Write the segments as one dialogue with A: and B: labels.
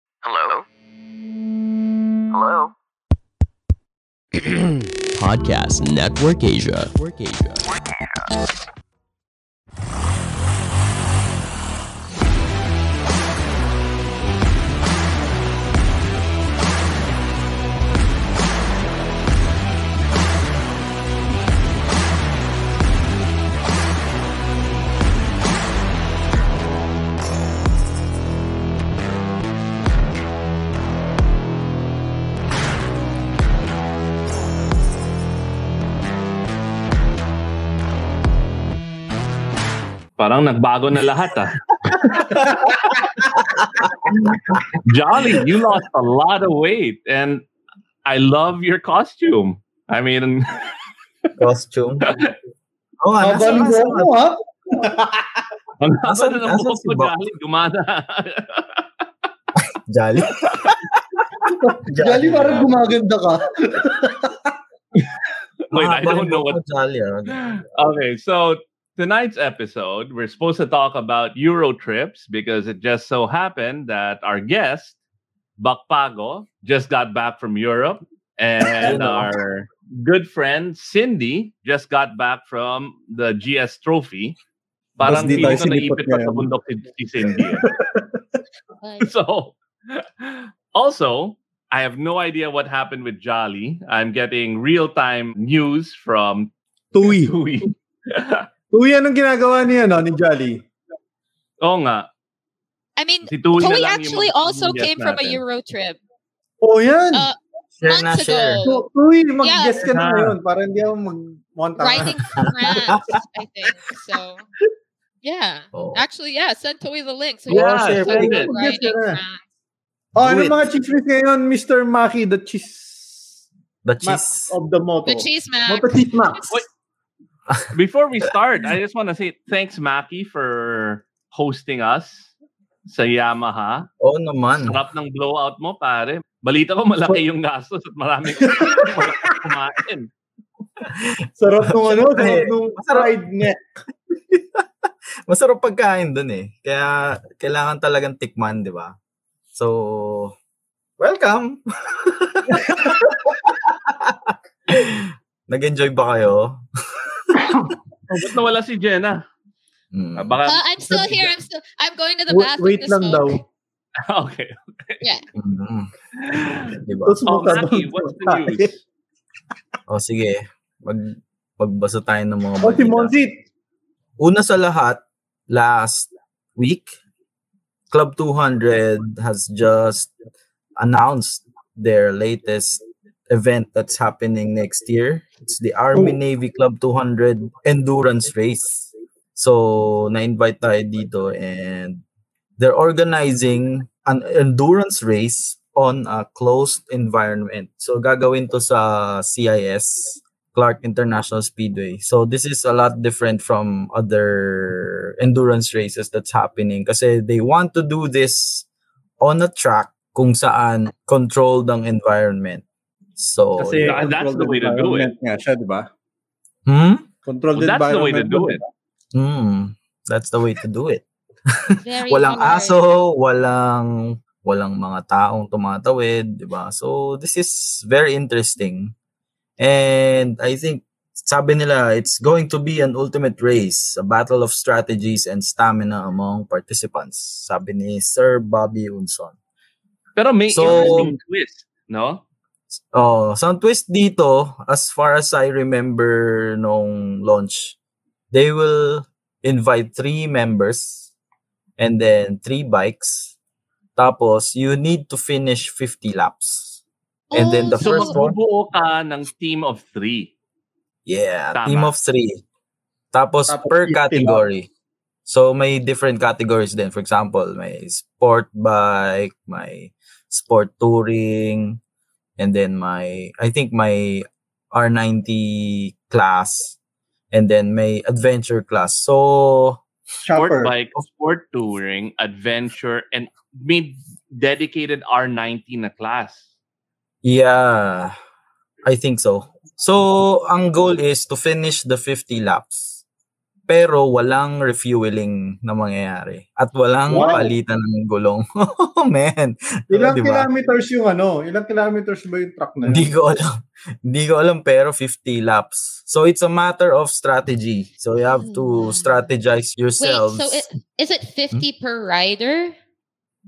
A: Hello.
B: Podcast Network Asia. Network Asia.
C: Parang nagbago na lahat ah. Jolly, you lost a lot of weight and I love your costume. I mean,
D: Costume. Oo nga, nasa,
E: Habang
D: nasa,
E: buhok mo, ha?
C: ang haba
D: Asan-
C: na ng
D: asan
C: buhok
D: si
C: ko,
D: Bob?
C: Jolly, gumana.
D: Jolly. diba?
E: Jolly, parang gumaganda ka.
C: Wait, I don't know what.
D: Jolly. ah.
C: Okay, so tonight's episode, we're supposed to talk about Euro trips because it just so happened that our guest, Bakpago, just got back from Europe and
D: Ayun, oh.
C: our good friend Cindy just got back from the GS Trophy. Parang
D: di tayo
C: feeling ko
E: sinipot
C: naipit pa sa
E: ngayon.
C: bundok si, si Cindy. so, also, I have no idea what happened with Jolly. I'm getting real-time news from
F: Tuwi.
C: Tui.
F: Tuwi, anong ginagawa niya,
C: ano,
F: no, ni Jolly?
C: Oo nga.
G: I mean,
C: Si Tui na lang
G: Chloe
C: yung
G: actually
C: mag-
G: also
C: guest
G: came from a
C: natin.
G: Euro trip
F: Oo, Oh, yan.
G: Ah,
D: Share na,
G: months
D: share.
G: ago,
F: Tu- Tuwi, mag-guess ka na
C: Yeah.
F: ngayon para hindi ako mag-monta.
G: riding France, I think. So, yeah.
D: Oh.
G: Actually, yeah, send Toy the link. So
C: Yeah,
G: you
C: sure,
G: can
C: send it.
G: riding
F: Yes, sir.
G: France.
F: Oh,
D: Do
F: ano
D: it.
F: mga chismis ngayon, Mr. Maki, the cheese
D: The
F: mac
D: cheese.
E: oh.
F: of the moto.
G: The cheese man.
F: Moto cheese max.
C: Wait. Before we start, I just want to say thanks, Maki, for hosting us sa Yamaha.
D: Oo naman.
C: Sarap ng blowout mo, pare. Balita ko malaki yung gastos at marami walang kumain.
F: Sarap nung ano,
D: Siyempre.
F: sarap nung
D: Masarap.
F: fried neck.
D: Masarap pagkain dun eh. Kaya kailangan talagang tikman, di ba? So, welcome! Nag-enjoy ba kayo?
C: Oh, Ba't nawala si Jenna?
D: Mm.
C: Ah, Baka,
G: Uh, I'm still here. I'm still. I'm going to the
F: Wait,
G: bathroom.
F: wait
G: to
F: lang daw.
G: smoke.
C: okay.
D: Mm. Di ba?
F: Tapos
C: Oh,
F: buta daw.
C: Maki, what's the news?
D: O sige, mag magbasa tayo ng mga
F: Oh, si
D: balita.
F: Monzit.
D: Una sa lahat, last week, Club 200 has just announced their latest event that's happening next year. It's the Army Navy Club 200 Endurance Race. So, na-invite tayo dito and they're organizing an endurance race on a closed environment. So, gagawin to sa CIS. Clark International Speedway. So this is a lot different from other endurance races that's happening kasi they want to do this on a track kung saan controlled ang environment.
F: Oh,
D: So,
C: Kasi- Ah,
D: yeah.
C: that's the way to do it.
F: Environment Nga siya, di ba?
D: hmm?
F: Controlled
C: Well, that's the way to
F: environment
C: do it.
D: Hmm. that's the way to do it.
G: Very
D: Walang
G: hard.
D: aso, walang walang mga taong tumatawid, 'di ba? So this is very interesting. And I think sabi nila it's going to be an ultimate race, a battle of strategies and stamina among participants. Sabi ni Sir Bobby Unson.
C: Pero may
D: So-
C: interesting twist, no?
D: Oh, sound twist dito as far as I remember nung launch, they will invite three members and then three bikes. Tapos you need to finish 50 laps. And then the
G: so
C: So,
D: first one-
C: magbubuo ka ng team of three.
D: Yeah,
C: Tama.
D: team of three. Tapos,
F: Tapos
D: per
F: 50 laps.
D: category. So may different categories din. For example, may sport bike, may sport touring, and then my I think my R90 class and then may adventure class. So
C: Sport
F: Chopper.
C: bike, sport touring, adventure, and may dedicated R90 na class.
D: Yeah, I think so. So, ang goal is to finish the 50 laps. pero walang refueling na mangyayari at walang
F: Wow.
D: palitan ng gulong. oh, man.
F: Ilang
D: Diba?
F: kilometers yung ano? Ilang kilometers ba yung truck na
D: Hindi
F: yun?
D: ko alam. Hindi ko alam pero 50 laps. So it's a matter of strategy. So you have to
G: Mm.
D: strategize
G: Wait,
D: yourselves.
G: so i- is it 50 per rider?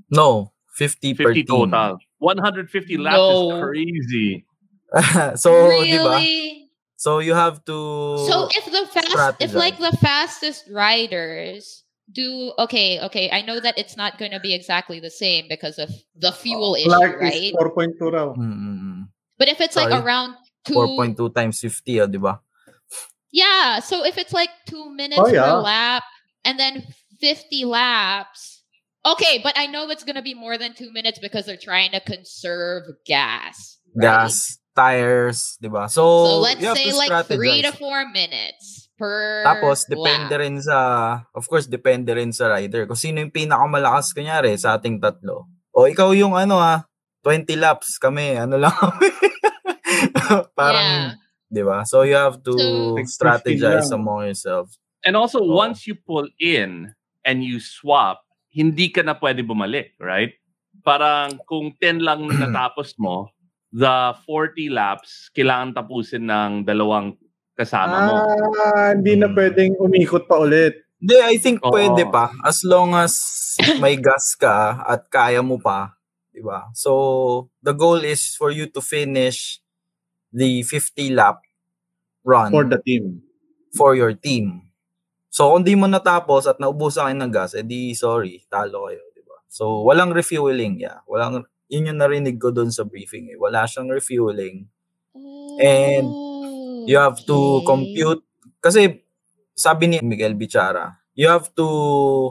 D: no, 50, per
C: 50
D: team.
C: total. 150 laps
G: No.
C: is crazy.
D: so, di ba?
G: really?
D: So you have to
G: So if the fast, if like the fastest riders do okay, okay, I know that it's not going to be exactly the same because of
D: Uh,
G: the fuel issue,
F: Flag
G: right?
F: is 4.2 raw.
D: Mm, mm, mm.
G: But if it's like
D: Sorry.
G: around two,
D: 4.2 times 50, oh, di ba?
G: yeah. So if it's like two minutes
F: Oh, yeah.
G: per lap, and then fifty laps. Okay, but I know it's going to be more than two minutes because they're trying to conserve gas. right?
D: Gas, tires, di ba? So,
G: So let's
D: you have
G: say
D: to
G: like three to
D: strategize.
G: four minutes per.
D: Tapos,
G: lap.
D: depende rin sa, of course, depende rin sa rider. Kung sino yung pinakamalakas, kunyari, sa ating tatlo. O, ikaw yung ano ha, 20 laps kami, ano lang kami.
G: Yeah.
D: Parang, di ba? So, you have to
G: So-
F: Like 50
D: strategize
F: lang.
D: among yourselves.
C: And also,
D: Oo.
C: once you pull in and you swap, hindi ka na pwede bumalik, right? Parang kung 10 lang natapos mo, the 40 laps, kailangan tapusin ng dalawang kasama mo.
F: Ah, hindi na
D: Mm.
F: pwedeng umikot pa ulit.
D: Hindi, I think
C: Oo.
D: pwede pa. As long as may gas ka at kaya mo pa. di ba? So, the goal is for you to finish the 50 lap run
F: For the team.
D: for your team. So, kung di mo natapos at naubusan kayo ng gas, edi sorry, talo kayo. di ba? So, walang refueling. Yeah. Walang, yun yung narinig ko doon sa briefing. Eh. Wala siyang refueling. And You have to
G: Oh, Okay.
D: compute. Kasi sabi ni Miguel Bichara, you have to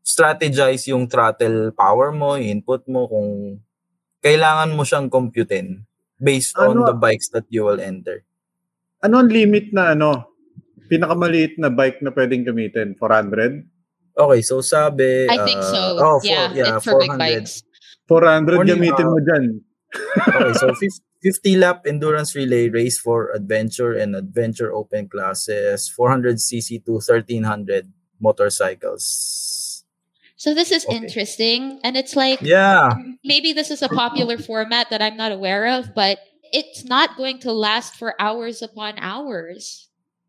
D: strategize yung throttle power mo, yung input mo, kung kailangan mo siyang computein based on
F: Ano?
D: the bikes that you will enter.
F: Ano ang limit na ano? Pinakamaliit na bike na pwedeng gamitin? 400?
D: Okay, so sabi...
G: I think
D: uh,
G: so.
D: Oh, four-
G: yeah,
D: yeah,
G: it's for big
D: 400.
G: bikes.
F: 400
D: Only,
F: gamitin
D: uh,
F: mo dyan.
D: Okay, so 50, 50 lap endurance relay race for adventure and adventure open classes, 400cc to 1300 motorcycles.
G: So this is
D: Okay.
G: interesting, and it's like
D: Yeah.
G: maybe this is a popular format that I'm not aware of, but it's not going to last for hours upon hours.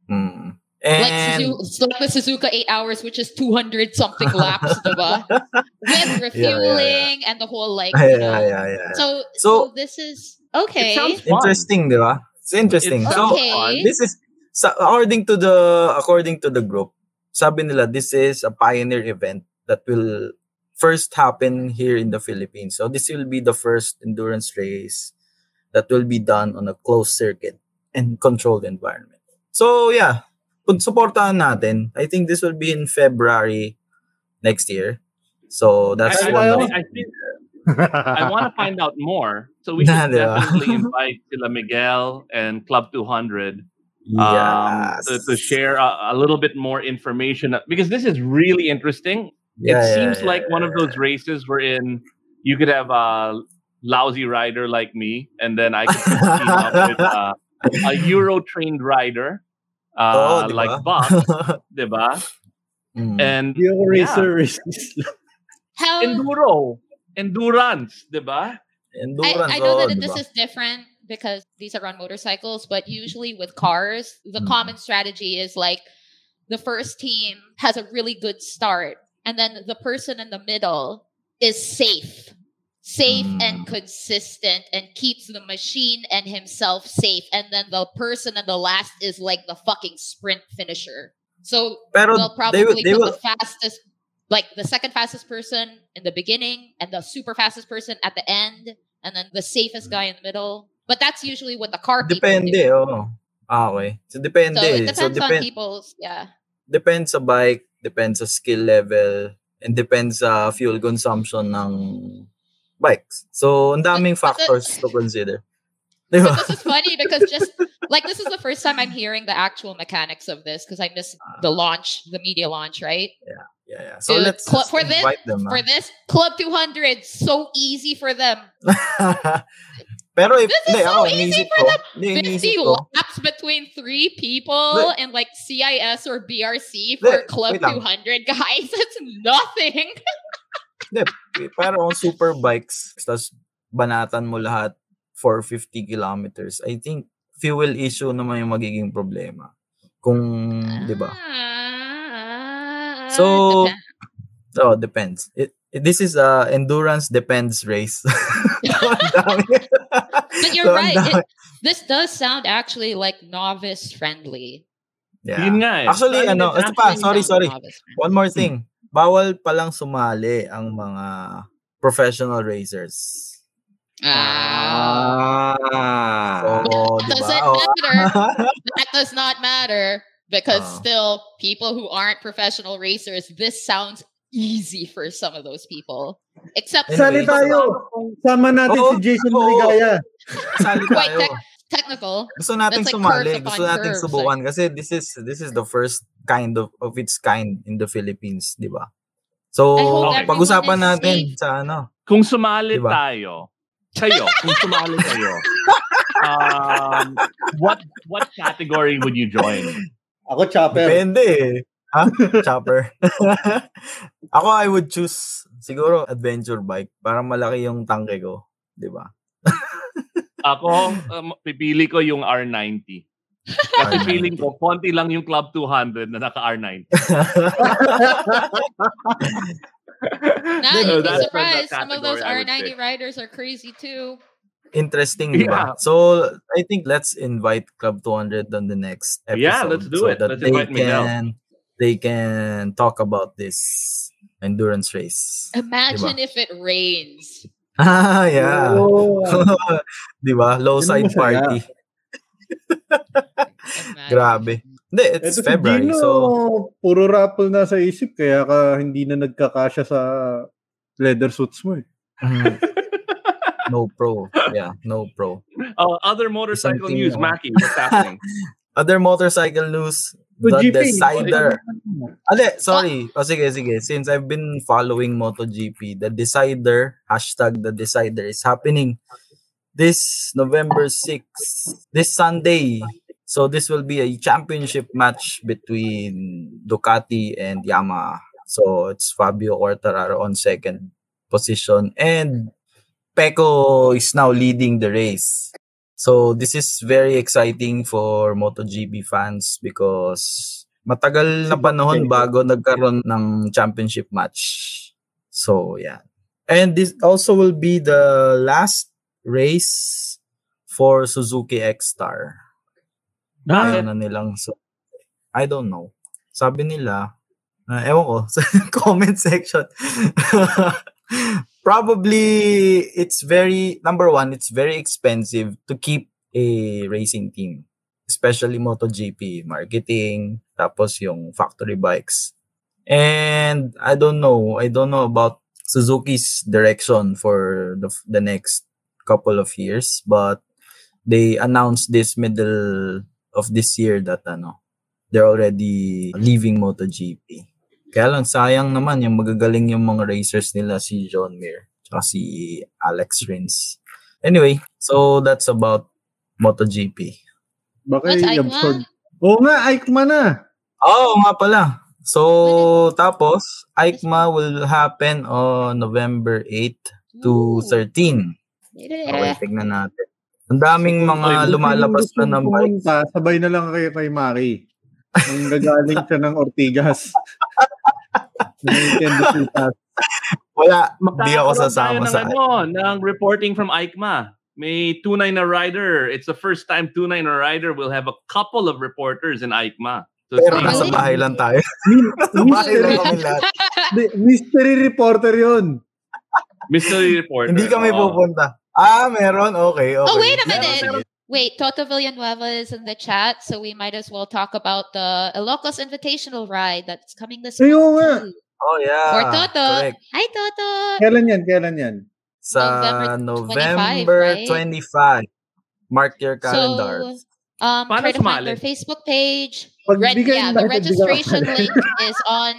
D: Mm.
G: Like,
D: And
G: Suzu- it's like the Suzuka eight hours, which is two hundred something laps, diba? with
D: yeah,
G: refueling
D: yeah.
G: and the whole like.
D: yeah, yeah,
G: you know.
D: yeah, yeah.
G: So, so
D: So-
G: this is okay.
C: It sounds fun.
D: interesting, di ba? It's interesting.
C: It
D: So
C: sounds
G: Okay.
C: fun.
D: this is sa- according to the according to the group, sabi nila this is a pioneer event that will first happen here in the Philippines. So this will be the first endurance race that will be done on a closed circuit and controlled environment. So yeah, kung supportahan natin, I think this will be in February next year. So that's
C: I, I-
D: one
C: I,
D: of-
C: I think I want to find out more. So we should
D: Nah, diba?
C: definitely invite Sila Miguel and Club 200 um, to, to
D: Yes.
C: share a, a little bit more information because this is really interesting.
D: Yeah,
C: it
D: yeah,
C: seems
D: yeah,
C: like one of those races wherein you could have a lousy rider like me, and then I could team up with uh, a Euro trained rider
D: Oo,
C: uh,
D: Oh, di ba?
C: like Bob, diba?
D: Mm.
C: And
F: Hindi ako racer races lang.
G: How
C: enduro, endurance, diba?
D: Endurance,
G: I, I know
D: oo,
G: that it-
D: di
G: this
D: ba?
G: is different because these are on motorcycles, but usually with cars, the
D: Mm.
G: common strategy is like the first team has a really good start, and then the person in the middle is safe, safe and
D: Mm.
G: consistent, and keeps the machine and himself safe, and then the person in the last is like the fucking sprint finisher. So
D: Pero
G: they'll
D: they
G: probably
D: will, they
G: put
D: will,
G: the fastest, like the second fastest person in the beginning, and the super fastest person at the end, and then the safest guy in the middle. But that's usually what the car people
D: Mm. depende,
G: do.
D: oo. Ah, okay. So, depende.
G: So it depends
D: So,
G: on
D: depend,
G: people's yeah.
D: depends sa bike, depends sa skill level, and depends sa fuel consumption ng bikes. So, ang daming
G: But- but the-
D: factors to consider. Di ba?
G: But this is funny because just like this is the first time I'm hearing the actual mechanics of this because I missed the launch, the media launch, right?
D: Yeah, yeah. Ah. So,
G: Dude,
D: let's
G: cl-
D: just
G: for this-
D: invite them. ah.
G: For this Club 200, so easy for them.
D: ah. Pero if,
G: This is
D: hindi,
G: so
D: ako,
G: easy
D: iniisip
G: for
D: ko,
G: them.
D: hindi, iniisip
G: 50
D: ko,
G: laps between three people
D: Wait.
G: and like CIS or BRC for
D: Wait,
G: Club
D: wait lang.
G: 200, guys. It's nothing.
D: parang super bikes, tapos banatan mo lahat for 50 kilometers. I think fuel issue naman yung magiging problema. Kung, di ba?
G: Ah,
D: Mm, So,
G: depends.
D: Oh, depends. It, it- this is a endurance depends race.
G: But
D: But
G: you're right. It, this does sound actually like novice friendly.
C: Yun nga eh.
D: Actually,
C: Parang
D: ano,
C: it's
D: ito pa, sorry,
G: Actually sounds
D: sorry.
G: novice friendly.
D: One more thing. Bawal palang sumali ang mga professional racers.
G: Ah.
D: So,
A: Ah.
D: di
G: Does
D: ba?
G: it
D: Oh.
G: matter? that does not matter because
D: Oh.
G: still people who aren't professional racers this sounds easy for some of those people except for
F: Sali
D: Anyway,
F: tayo. Sama natin
D: Oo,
F: si Jason
D: oo.
F: Maligaya.
D: Sali
G: Wait,
D: tayo.
G: tec- technical
D: Gusto nating
G: that's like
D: sumali,
G: curves upon
D: gusto nating
G: curves,
D: subukan kasi this is this is the first kind of of its kind in the Philippines, di ba? So,
G: I hope
C: everyone
D: pag-usapan
G: is
D: natin
G: safe.
D: sa ano.
C: Kung sumali
D: Diba?
C: tayo, kayo, kung sumali kayo, um, what what category would you join?
E: Ako, chopper.
D: Depende eh. Ha? Chopper. Ako, I would choose siguro adventure bike. Parang malaki yung tangke ko. Di ba?
C: Ako, um, pipili ko yung R90. Kasi
D: R90.
C: feeling ko, konti lang yung Club 200 na naka-R90.
G: now
C: No,
G: you'd
C: that's
G: be
C: the
G: surprised some of those
C: category I would
G: r90
C: pick.
G: riders are crazy too
D: Interesting, di ba?
C: Yeah.
D: So, I think let's invite Club 200 on the next episode.
C: Yeah, let's do
D: so
C: it.
D: That
C: Let's
D: they
C: invite Miguel.
D: can, They can talk about this endurance race.
G: imagine if it rains
D: Ah, yeah.
C: Oh.
F: Oo.
D: di ba? Low
F: Yun ang
D: side
F: masaya.
D: party.
G: Imagine.
D: Grabe. Hindi, it's
F: Ito si
D: February.
F: Gino,
D: So,
F: puro rapple na sa isip, kaya ka hindi na nagkakasya sa leather suits mo eh.
D: Mm. no pro. Yeah, no pro.
C: Uh, other motorcycle
D: Something,
C: news,
D: uh,
C: Mackie, what's happening?
D: Other motorcycle news, the decider. Ale, sorry. O sige, sige. Since I've been following MotoGP, the decider, hashtag the decider is happening this November 6th, this Sunday. So this will be a championship match between Ducati and Yamaha. So it's Fabio Quartararo on second position and Pecco is now leading the race. So this is very exciting for MotoGP fans because matagal na panahon bago nagkaroon ng championship match. So yeah. And this also will be the last race for Suzuki X-Star. Ayaw
C: Bakit?
D: na nilang so I don't know. Sabi nila, uh, ewan ko, sa comment section. Probably, it's very, number one, it's very expensive to keep a racing team. Especially MotoGP, marketing, tapos yung factory bikes. And I don't know, I don't know about Suzuki's direction for the, the next couple of years, but they announced this middle of this year that ano, they're already leaving MotoGP. Kaya lang sayang naman yung magagaling yung mga racers nila si John Mir at si Alex Rins. Anyway, so that's about MotoGP.
F: Baka
G: What's
F: yung
G: Aikman?
F: absurd. Oo nga, ah. Aikman na.
D: Oh, nga pala. So, tapos, Aikma will happen on November 8 to
G: Ooh.
C: Oh,
D: 13.
C: Eh.
D: Okay, tignan natin. Ang daming mga Ah, lumalabas na ng bike.
F: Pumunta, sabay na lang kayo kay Maki. Ang gagaling siya ng Ortigas. Ng Nintendo Sutas.
D: Wala, di
C: Magkakaroon
D: ako
C: tayo
D: sasama
C: ng,
D: sa
C: ano, ng reporting from ICMA. May tunay na rider. It's the first time tunay na rider will have a couple of reporters in ICMA. So,
D: Pero
G: Really?
C: it's
D: nasa
C: gonna-
D: bahay lang tayo. nasa bahay lang kami
F: Mystery,
D: lahat.
F: mystery reporter yun.
C: mystery reporter.
D: Hindi kami
C: Oo.
D: pupunta. Ah, meron. Okay, okay.
G: Oh, wait a
D: Meron,
G: minute.
D: meron.
G: Wait, Toto Villanueva is in the chat, so we might as well talk about the Ilocos Invitational ride that's coming this
F: Ayun nga.
G: month. too.
D: Oh, yeah.
G: For Toto.
D: Correct.
G: Hi, Toto.
F: Kailan yan? Kailan yan?
D: Sa November
G: November 25,
D: 25. Mark your calendar.
G: So, um,
C: Paano
G: try to find
C: sumali?
G: their Facebook page.
F: Pag
G: Red,
F: di ka
G: yeah,
F: invited,
G: the
F: di ka
G: registration
F: kasali.
G: link is on.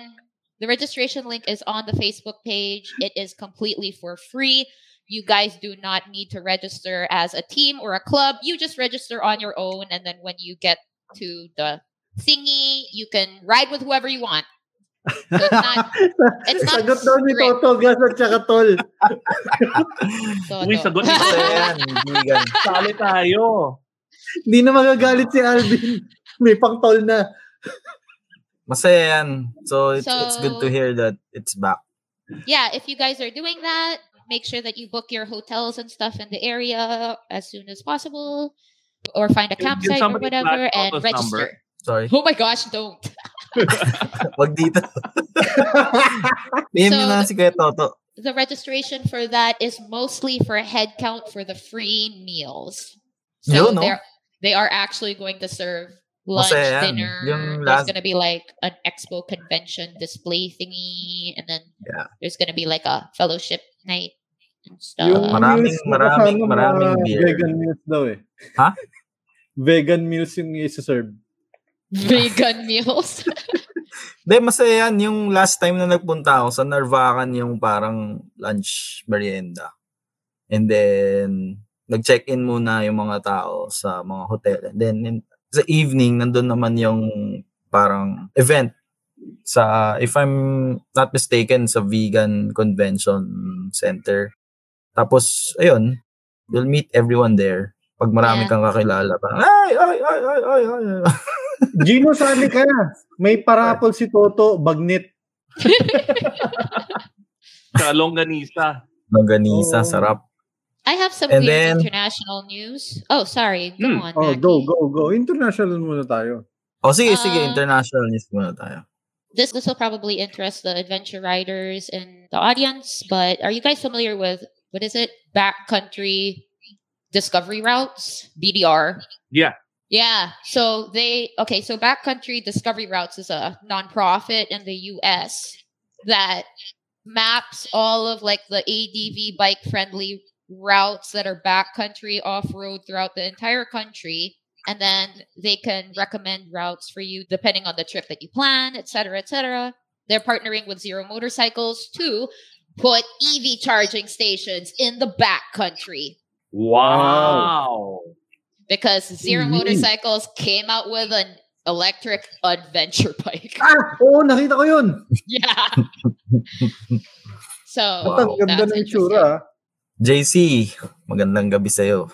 G: The registration link is on the Facebook page. It is completely for free. You guys do not need to register as a team or a club. You just register on your own. And then when you get to the thingy, you can ride with whoever you want. So it's not, it's not
E: Sagot daw ni
G: strict.
E: Toto Gas at saka Tol.
G: Toto.
C: Uy, sagot ni
D: So, yan, vegan.
C: Sali tayo.
E: Hindi na magagalit si Alvin. May pang Tol na.
D: Masaya yan. So it's, it's good to
G: So-
D: hear that it's back.
G: yeah, if you guys are doing that, make sure that you book your hotels and stuff in the area as soon as possible or find a
C: Can- can
G: campsite or
C: somebody
G: whatever
C: flash
G: and
C: Toto's
G: register.
C: number?
D: Sorry.
G: Oh my gosh, don't.
D: Wag dito. PM nyo
G: So,
D: na lang si Kuya Toto.
G: The registration for that is mostly for headcount for the free meals. So
D: Yun, no?
G: they're- they are actually going to serve lunch,
D: Kasi yan,
G: dinner.
D: yung
G: There's
D: last-
G: going to be like an expo convention display thingy, and then
D: Yeah.
G: there's going to be like a fellowship night and stuff.
F: Yung
D: Maraming,
F: meals na
D: maraming,
F: kasama
D: maraming
F: mga
D: beer.
F: Vegan meals daw eh.
D: Ha?
F: Vegan meals yung isa-serve.
G: vegan meals.
D: Hindi, masaya yan. Yung last time na nagpunta ako sa Narvacan, yung parang lunch merienda. And then, nag-check-in muna yung mga tao sa mga hotel. And then, in- sa evening, nandun naman yung parang event sa, if I'm not mistaken, sa Vegan Convention Center. Tapos, ayun, you'll meet everyone there. Pag marami
G: Yeah.
D: kang kakilala, parang, ay, ay, ay, ay, ay, ay. ay."
F: Gino, sali ka. May parapol si Toto, bagnit.
C: Sa Longganisa.
D: Longganisa,
F: Oo.
D: sarap.
G: I have some
D: And
G: weird
D: then-
G: international news. Oh, sorry. Go
C: Hmm.
G: on.
F: Oh,
G: Maki.
F: go, go, go. International muna tayo.
D: O sige, sige,
G: Ah.
D: international news muna tayo.
G: This this will probably interest the adventure riders and the audience, but are you guys familiar with what is it? Backcountry discovery routes, BDR.
C: Yeah.
G: Yeah. So they okay, so Backcountry Discovery Routes is a nonprofit in the US that maps all of like the ADV bike friendly routes that are backcountry off road throughout the entire country. And then they can recommend routes for you depending on the trip that you plan, et cetera, et cetera. They're partnering with Zero Motorcycles to put EV charging stations in the backcountry
C: Wow.
G: because Zero
F: Mhm.
G: Motorcycles came out with an electric adventure bike.
E: Ah! Oo, nakita ko yun.
G: yeah. so
F: At ang ganda
G: that's
F: ng
G: interesting.
F: itsura. ah.
D: JC, magandang gabi sa'yo.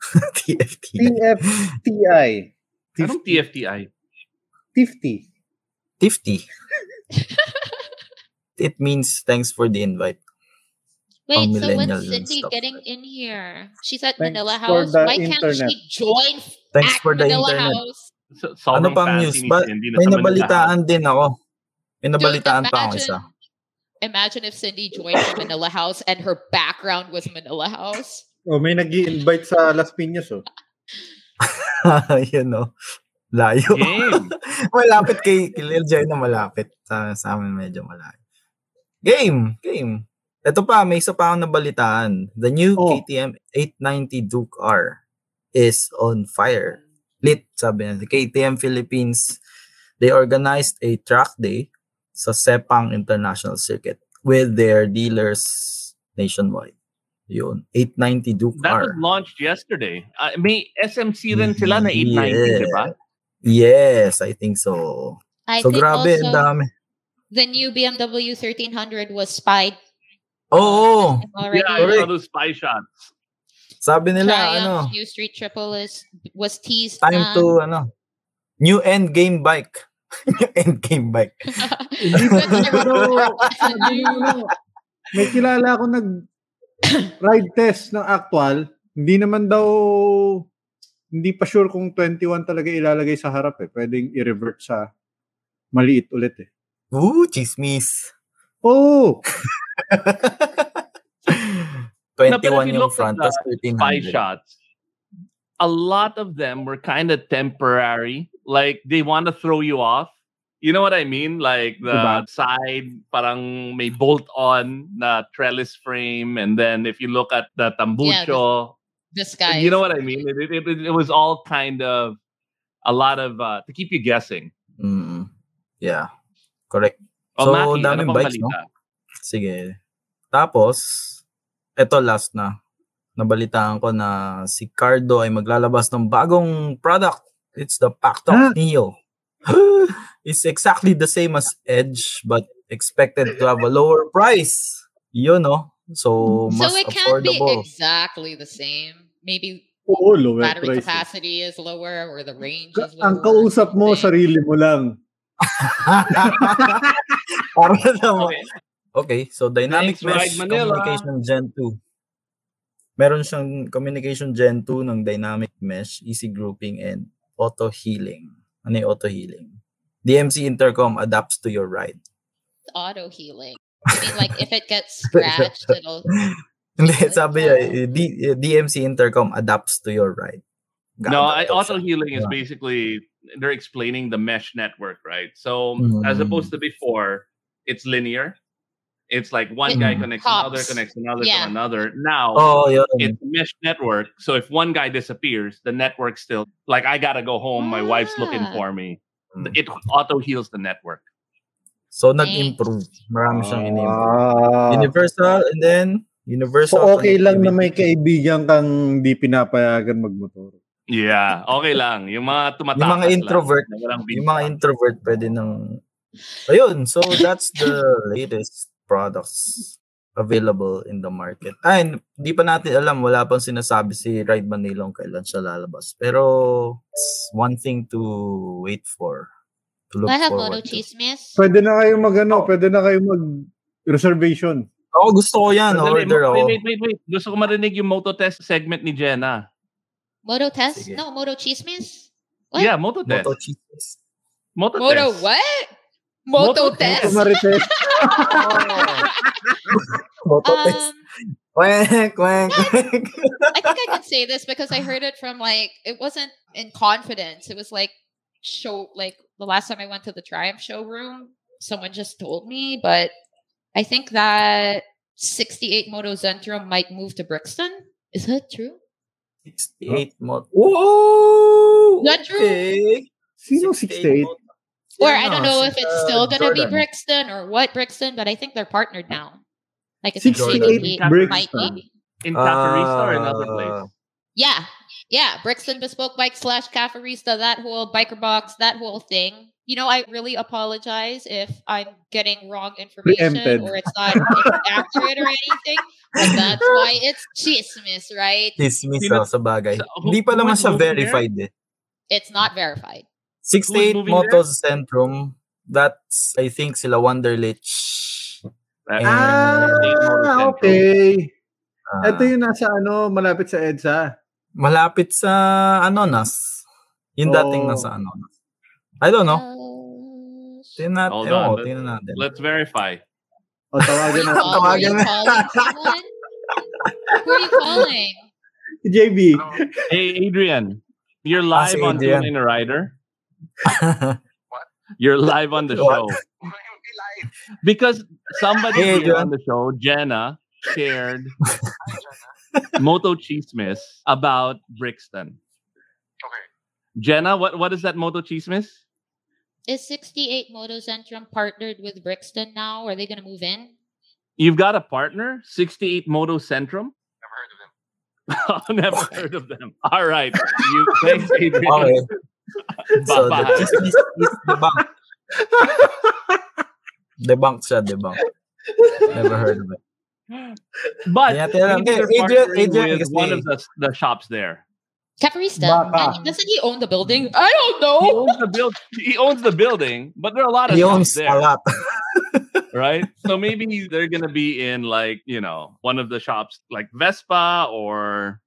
D: TFT.
F: TFTI.
C: Anong TFTI?
F: Tifty.
D: Tifty. It means thanks for the invite.
G: Wait, so
D: millennial
G: when's
D: and
G: Cindy
D: stuff.
G: getting in here? She's at
F: Thanks
G: Manila
F: for
G: House.
F: the
G: Why can't she
F: internet.
G: join
D: Thanks
G: at
D: for the
G: Manila
D: internet.
G: House?
C: So, sobrang
D: Ano pang
C: fancy
D: news?
C: ni
D: Ba-
C: Cindy na
D: May
C: sa Manila.
D: nabalitaan din ako. May
G: Dude,
D: nabalitaan pa ako isa.
G: Imagine if Cindy joined the Manila House and her background was Manila House.
F: Oh, may nag invite sa Las Piñas oh.
D: you know, oh. layo.
C: Game.
D: malapit kay, kay Lil Jai na malapit. Sa, sa amin medyo malayo. Game! Game! Ito pa, may isa pa akong nabalitaan. The new
F: Oh.
D: KTM 890 Duke R is on fire. Lit, sabi niya. The KTM Philippines, they organized a track day sa Sepang International Circuit with their dealers nationwide. Yun, 890 Duke
C: That
D: R.
C: was launched yesterday. Ah, may SMC rin
D: Mm-hmm.
C: sila na 890,
D: Yeah.
C: di ba?
D: Yes, I think so.
G: I
D: so
G: think
D: grabe,
G: also
D: ang dami.
G: the new BMW 1300 was spied
D: Oo, oh,
G: already.
C: Yeah, I
D: Correct.
C: saw those spy shots.
D: sabi nila,
G: Triumph
D: ano,
G: New Street Triple is was teased.
D: time
G: na.
D: to uh, ano new end game bike new end game bike
F: Pero sabi mo, no, may kilala ako nag ride test ng actual. Hindi naman daw hindi pa sure kung 21 talaga ilalagay sa harap eh. Pwedeng i-revert sa maliit ulit eh.
D: ooh chismis
F: Oh,
D: 21
C: pero if you
D: yung
C: look at
D: front tas
C: Spy
D: 1300
C: shots. A lot of them were kind of temporary. Like they want to throw you off. You know what I mean? Like the
F: Diba?
C: side parang may bolt on na trellis frame. And then if you look at the tambucho,
G: This guy.
C: You know what I mean? It, it, it, it was all kind of a lot of uh, to keep you guessing.
D: mm yeah correct
C: Oh,
D: So,
C: Maki, ano
D: daming
C: pang
D: bikes, no?
C: balita?
D: sige tapos eto last na. Nabalitaan ko na si Cardo ay maglalabas ng bagong product. It's the
F: Huh?
D: Pactok Neo. It's exactly the same as Edge but expected to have a lower price. Yun, no? So, mas
G: so it can't be
D: affordable.
G: exactly the same. Maybe
F: Oo, lower
G: battery
F: price. eh.
G: capacity is lower or the range
F: Ka-
G: is lower.
F: Ang kausap mo, sarili mo lang.
D: Para naman.
C: Okay.
D: Okay, so dynamic
C: Thanks, Ride
D: mesh
C: Manila.
D: communication gen 2. Meron siyang communication gen 2 ng dynamic mesh, easy grouping and auto healing. Ano yung auto healing? DMC intercom adapts to your ride.
G: auto healing. I mean, like if it gets scratched, it'll.
D: Hindi,
G: Really?
D: sabi niya, eh, D- eh, DMC intercom adapts to your ride.
C: No,
D: Gaano
C: I,
D: daw
C: auto
D: siya.
C: healing is
D: Yeah.
C: basically they're explaining the mesh network, right? So
D: Mm.
C: as opposed to before, it's linear. It's like one
G: It
C: guy connects another,
G: hops.
C: connects another
G: Yeah.
C: to another. Now
D: Oh, yun.
C: it's mesh network. So if one guy disappears, the network still like I gotta go home. My wife's looking
G: Ah.
C: for me.
D: Mm.
C: It auto heals the network.
D: So, nag-improve. Marami siyang in-improve.
F: Ah.
D: Universal, and then, universal.
F: So okay lang na
D: connectivity.
F: may kaibigan kang di pinapayagan magmotor.
C: Yeah, okay lang. Yung mga tumatakas
D: Yung mga
C: lang,
D: introvert,
C: na walang
D: Yung mga
C: bintang.
D: introvert pwede nang Ayun, so that's the latest products available in the market. Ay, n- di pa natin alam, wala pang sinasabi si Ride Manila kung kailan siya lalabas. Pero it's one thing to wait for. To look
G: I have mono
D: forward to.
G: chismis.
F: Pwede na kayo mag ano, pwede na kayo mag reservation.
D: Oo, Oh, gusto ko yan.
C: Sandali,
D: order oh.
C: wait,
D: ako.
C: wait, wait, wait. Gusto ko marinig yung moto test segment ni Jenna.
G: Moto test?
D: Sige.
G: No, moto chismis. What?
C: Yeah, moto test.
D: Moto cheese.
C: Moto,
G: Moto
C: test.
G: what? Moto
C: Moto test.
G: test.
F: Marites.
D: Moto test.
G: Um,
D: Kwek, kwek, kwek.
G: I think I can say this because I heard it from like it wasn't in confidence. It was like show like the last time I went to the Triumph showroom, someone just told me, but I think that 68 Moto Zentrum might move to Brixton. Is that true?
D: 68 moto. Whoa!
G: Not true.
D: Okay.
F: Sino 68?
D: moto.
G: Or
D: Yeah,
G: I don't
D: no,
G: know
D: si-
G: if it's
D: uh,
G: still gonna
D: Jordan.
G: be Brixton or what Brixton, but I think they're partnered now. Like I think
F: 68
G: 68 might
F: Brixton.
G: be.
C: In
D: Ah.
C: Catarista or another place?
G: Yeah. Yeah. Brixton Bespoke Bike slash Cafarista, that whole biker box, that whole thing. You know, I really apologize if I'm getting wrong information
F: Preempted.
G: or it's not accurate or anything. But that's why it's chismis, right?
D: Dismiss
C: Sino-
D: ako sa bagay.
C: sa- who-
D: Hindi pa
C: who
D: naman
C: is
D: siya
C: moving there?
D: verified eh.
G: It's not verified.
C: Who is
D: 68
C: moving
D: Motos Centrum. That's, I think, sila Wanderlich.
C: That-
D: Ah,
F: Ah, okay. Ito yung nasa ano, malapit sa EDSA.
D: Malapit sa Anonas. Yung dating
F: Oh.
D: nasa Anonas. I don't know.
G: Uh,
D: Tingnan natin.
C: Hold
D: Oo,
C: on. Let-
D: tingnan natin.
C: Let's verify.
F: O tawagan
G: who are you
F: na.
G: calling? Are you
D: Tawagan
G: calling someone? Who are you calling?
F: JB.
C: Hey, Adrian, you're
D: Ah,
C: live
D: si
C: on
D: Adrian.
C: TuneIn Rider. You're live on the show.
D: What?
C: Because somebody
D: Hey,
C: here
D: Adrian.
C: on the show, Jenna, shared Moto Chismis about Brixton.
A: Okay.
C: Jenna, what, what is that Moto Chismis?
G: Is 68 Moto Centrum partnered with Brixton now? Are they going to move in?
C: You've got a partner, 68 Moto Centrum?
A: Never heard of them.
C: Never heard of them. All right. You, thanks, Adrian.
D: Okay. so, the
C: Bye-bye.
D: chismis is debunked. debunked siya, debunked. Never heard of it.
C: But
D: Yeah, tell
C: maybe
D: him.
C: they're
D: Hey, Adrian-
C: partnering
D: Adrian,
C: with
D: kasi-
C: one of the, the shops there.
G: Caparista.
F: Baka.
G: And doesn't he own the building? I
C: He
G: don't know.
C: owns the build. He owns the building, but there are a lot of
D: Oh! He
C: shops
D: owns
C: there,
D: a lot.
C: right? So maybe they're gonna be in like you know one of the shops like Vespa or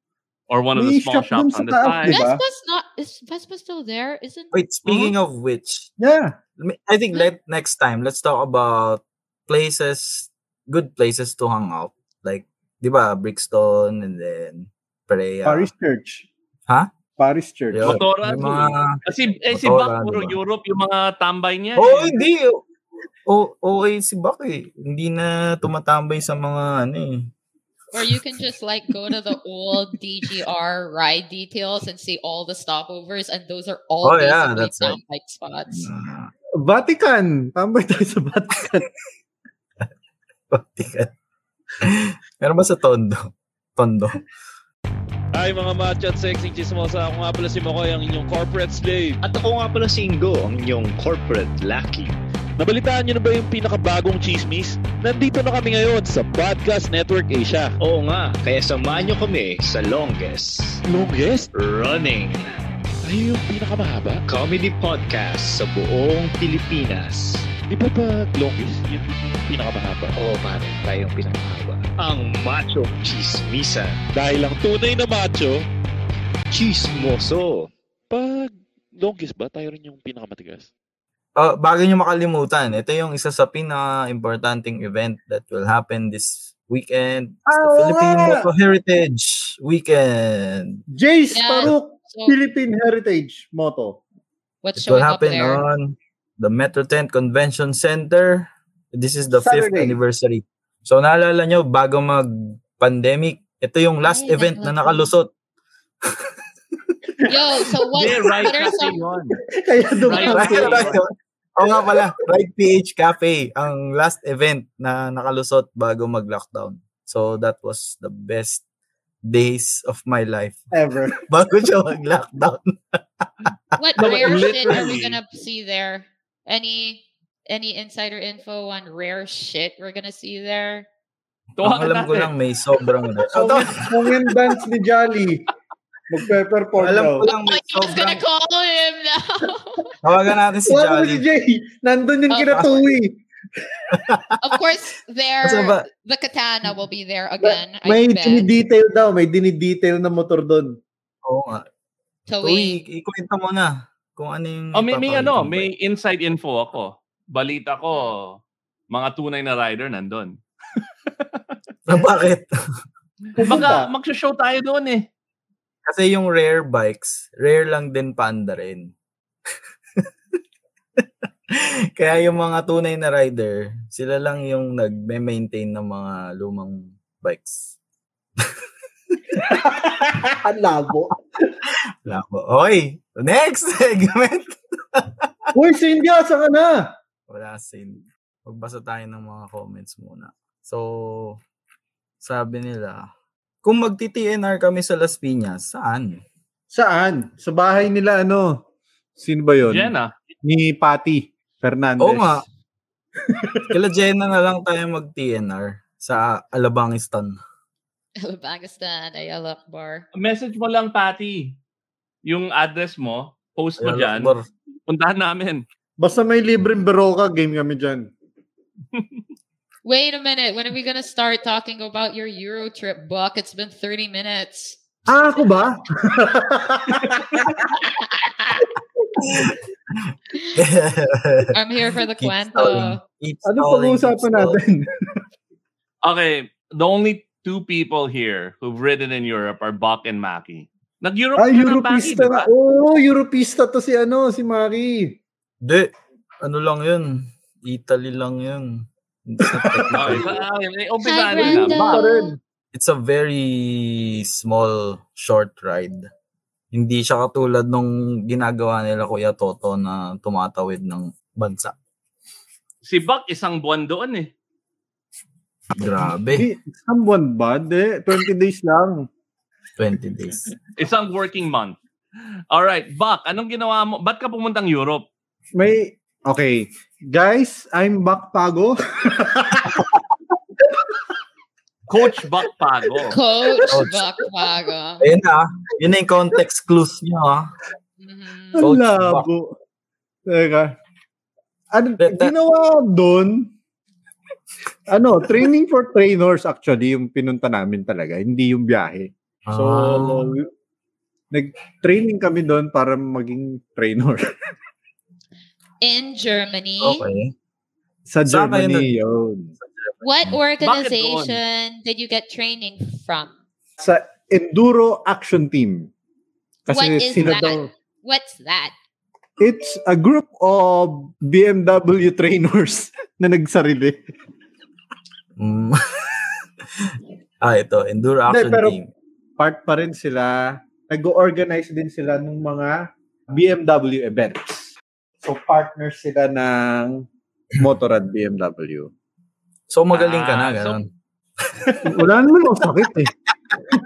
C: or one of
F: May
C: the small
F: shop dun
C: shops
F: sa
C: on the
F: taas, di
C: side.
F: ba?
G: Vespa's not. Is Vespa still there? Isn't
D: Wait, speaking
C: Mm-hmm.
D: of which,
F: Yeah.
D: Me- I think let next time let's talk about places, good places to hang out. Like, di ba, Brixton and then Perea.
F: Paris Church.
D: Ha?
F: Paris Church.
D: Yun.
C: Motora,
D: May mga...
C: Kasi eh, si
D: Motora,
C: Bak puro
D: diba?
C: Europe yung mga tambay niya.
D: Oh,
C: eh.
D: hindi. O, okay si Bak eh. Hindi na tumatambay sa mga ano eh.
G: or you can just like go to the old DGR ride details and see all the stopovers, and those are all
D: Oh,
G: basically
D: yeah, that's right.
G: down bike spots.
D: Ah,
F: Vatican. Tambay tayo sa Vatican.
D: pati ka. Meron ba sa Tondo? Tondo.
H: Hi mga macho at sexy chismosa. Ako nga pala si Makoy, ang inyong corporate slave.
I: At ako nga pala si Ingo, ang inyong corporate lackey.
H: Nabalitaan niyo na ba yung pinakabagong chismis? Nandito na kami ngayon sa Podcast Network Asia.
I: Oo nga, kaya samahan nyo kami sa longest
H: Longest?
I: running
H: Ay, yung pinakamahaba?
I: comedy podcast sa buong Pilipinas.
H: Di ba ba longest? Yun yung pinakamahaba.
I: Oo pare, tayo yung pinakahaba. Ang macho chismisa.
H: Dahil ang tunay na macho,
I: Chismoso.
H: pag longest ba, tayo rin yung pinakamatigas.
D: Uh, bago nyo makalimutan, ito yung isa sa pinaka-importanting event that will happen this weekend. It's the
G: Oh,
F: Ah,
D: Filipino
F: wala!
D: Heritage Weekend.
F: Jace
G: Yeah.
F: Paruk,
G: So,
F: Philippine Heritage Moto.
D: It
G: what's
D: will
G: showing up
D: happen
G: there?
D: on the Metro Tent Convention Center. This is the fifth
F: Saturday.
D: anniversary. So naalala nyo, bago mag-pandemic, ito yung last
G: Ay,
D: event na
G: nagwa-
D: nakalusot.
G: Yo, so what?
I: Yeah, right
G: what are
I: kasi
G: some?
I: yun.
F: Kaya
I: Right.
F: dumaan
I: Okay.
D: Oo nga pala, Ride PH Cafe, ang last event na nakalusot bago mag-lockdown. So that was the best days of my life.
F: ever.
D: Bago siya mag-lockdown.
G: What
H: No, but
G: rare shit are we
H: literally-
G: gonna see there? Any any insider info on rare shit we're gonna see there?
C: Tuwa
D: Ang alam ko
C: natin.
D: lang may sobrang... ano.
F: So, kung yung dance ni Jolly, magpe-perform
D: alam
F: daw.
D: ko lang
G: I
D: may
G: was gonna
D: sobrang...
G: call him now.
D: Tawagan natin si
F: Wala mo si
D: Jolly.
F: Jay. Nandun yung
G: Oh.
F: kinatuwi.
G: of course, there
D: Asa ba?
G: the katana will be there again.
F: May
G: I bet.
F: dinidetail daw. May dinidetail na motor doon.
D: Oo nga. Uy,
G: Towing.
D: ikwento mo na kung ano yung...
C: Oh, may, may
D: ipapakita
C: ano,
D: mo ba.
C: may inside info ako. Balita ko, mga tunay na rider nandun.
D: Ah, Bakit?
C: Baka
F: Pupunta.
C: magsha-show tayo doon eh.
D: Kasi yung rare bikes, rare lang din panda rin. Kaya yung mga tunay na rider, sila lang yung nagme-maintain ng mga lumang bikes.
F: Ang labo.
D: Wala ko. Oy! Next segment!
F: Uy, Cindy, asa ka na?
D: Wala sin. Magbasa tayo ng mga comments muna. So, sabi nila, kung magti-TNR kami sa Las Piñas, saan?
F: Saan? Sa bahay nila, ano? Sino ba yun?
C: Jenna.
F: Ni Patty Fernandez.
D: Oo nga. Kila Jenna na lang tayo mag-TNR sa Alabangistan.
G: Pakistan, Ayala Akbar.
C: Message mo lang, Patty. Yung address mo, post mo dyan.
D: Akbar.
C: Puntahan namin.
F: Basta may libreng Beroka, game kami dyan.
G: Wait a minute. When are we gonna start talking about your Euro trip, Buck? It's been 30 minutes.
F: Ah, ako ba?
G: I'm here for the
D: Keep
G: cuento.
D: Keeps
F: Ano
D: calling,
F: pag-uusapan
D: keeps calling.
F: natin?
C: Okay, the only two people here who've ridden in Europe are Buck and Maki. Nag-Europe ka
F: Ah,
C: na, Maki,
F: Europista
C: di ba?
F: na. Oo, oh, Europista to si ano, si Maki.
D: Hindi. Ano lang yun? Italy lang yun. It's not
C: Okay,
D: technical.
C: so, okay,
G: Hi,
C: umpisahan na lang.
F: Baka rin.
G: Brando.
D: It's a very small, short ride. Hindi siya katulad nung ginagawa nila Kuya Toto na tumatawid ng bansa.
C: Si Buck isang buwan doon eh.
D: Grabe.
F: Di- Isang buwan ba? Hindi, 20 days lang.
D: 20 days.
C: Isang working month. All right, Buck, anong ginawa mo? Ba't ka pumuntang Europe?
F: May, okay. Guys, I'm back pago.
C: Coach Buck Pago.
G: Coach
D: Coach.
G: Buck Pago.
D: Ayun na. ah. Yun na yung context clues niyo ah.
G: Mhm.
D: Coach
F: Ang labo. Teka. Ano,
D: That- that-
F: ginawa doon, ano, training for trainers actually, yung pinunta namin talaga, hindi yung biyahe. So,
D: Ah.
F: nag-training kami doon para maging trainer.
G: In Germany.
D: Okay.
F: Sa
D: Saan kayo
F: Germany, yun.
G: What organization
C: doon?
G: did you get training from?
F: Sa Enduro Action Team. Kasi
G: What is
F: sila
G: that?
F: daw,
G: What's that?
F: it's a group of BMW trainers na nagsarili.
D: Mm. ah, ito. Enduro
F: Hindi,
D: Action
F: pero-
D: Team.
F: Part pa rin sila, nag-organize din sila ng mga BMW events. So partners sila ng Motorrad BMW.
D: So magaling ka na,
C: Ah, so-
D: ganun.
F: Wala naman ako sakit eh.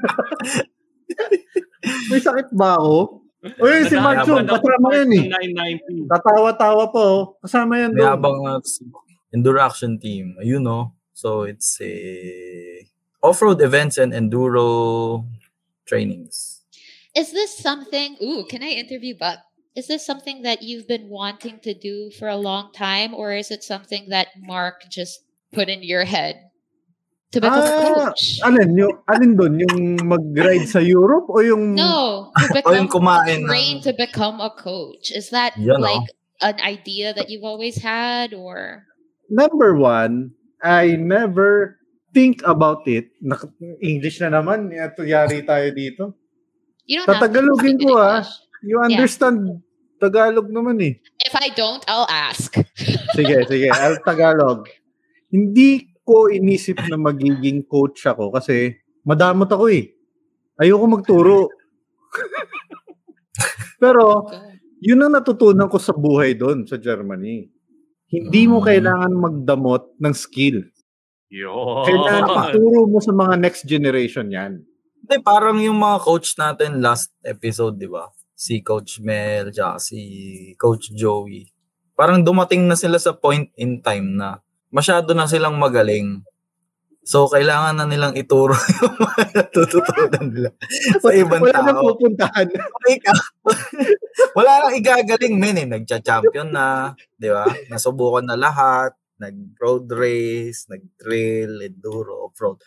F: May sakit ba ako? Uy, si Mark Chung, kasama yan eh.
C: 990.
F: Tatawa-tawa po. oh. Kasama yan
D: May
F: doon.
D: habang uh, Enduro Action Team, you know. So it's a off-road events and enduro trainings.
G: Is this something? Ooh, can I interview Buck? Is this something that you've been wanting to do for a long time, or is it something that Mark just put in your head to become a
F: Ah,
G: coach?
F: Alin, yung, alin doon? Yung mag-ride sa Europe o yung...
G: no, to
D: yung
G: become
D: kumain ng-
G: train to become a coach. Is that
D: Yan, oh.
G: like an idea that you've always had, or
F: Number one, I never think about it. Nak- English na naman. Ito, yari tayo dito.
G: you don't? have to
F: Tatagalogin
G: speak in
F: ko, ah.
G: English.
F: You
G: Yeah.
F: understand Tagalog naman eh.
G: If I don't, I'll ask.
F: Sige, sige. I'll Tagalog. Hindi ko inisip na magiging coach ako kasi madamot ako eh. Ayoko magturo. Pero yun ang natutunan ko sa buhay doon sa Germany. Hindi mo
D: Mm.
F: kailangan magdamot ng skill.
C: Yun.
F: Kailangan magturo mo sa mga next generation yan.
D: Hindi, parang yung mga coach natin last episode, di ba? Si Coach Mel, tsaka si Coach Joey. Parang dumating na sila sa point in time na masyado na silang magaling. So, kailangan na nilang ituro yung mga natututunan nila sa ibang
F: Wala na
D: tao.
F: pupuntahan.
D: Ikaw, Wala nang igagaling, men. Eh. Nagcha-champion na, di ba? Nasubukan na lahat. Nag-road race, nag-trail, enduro, off-road.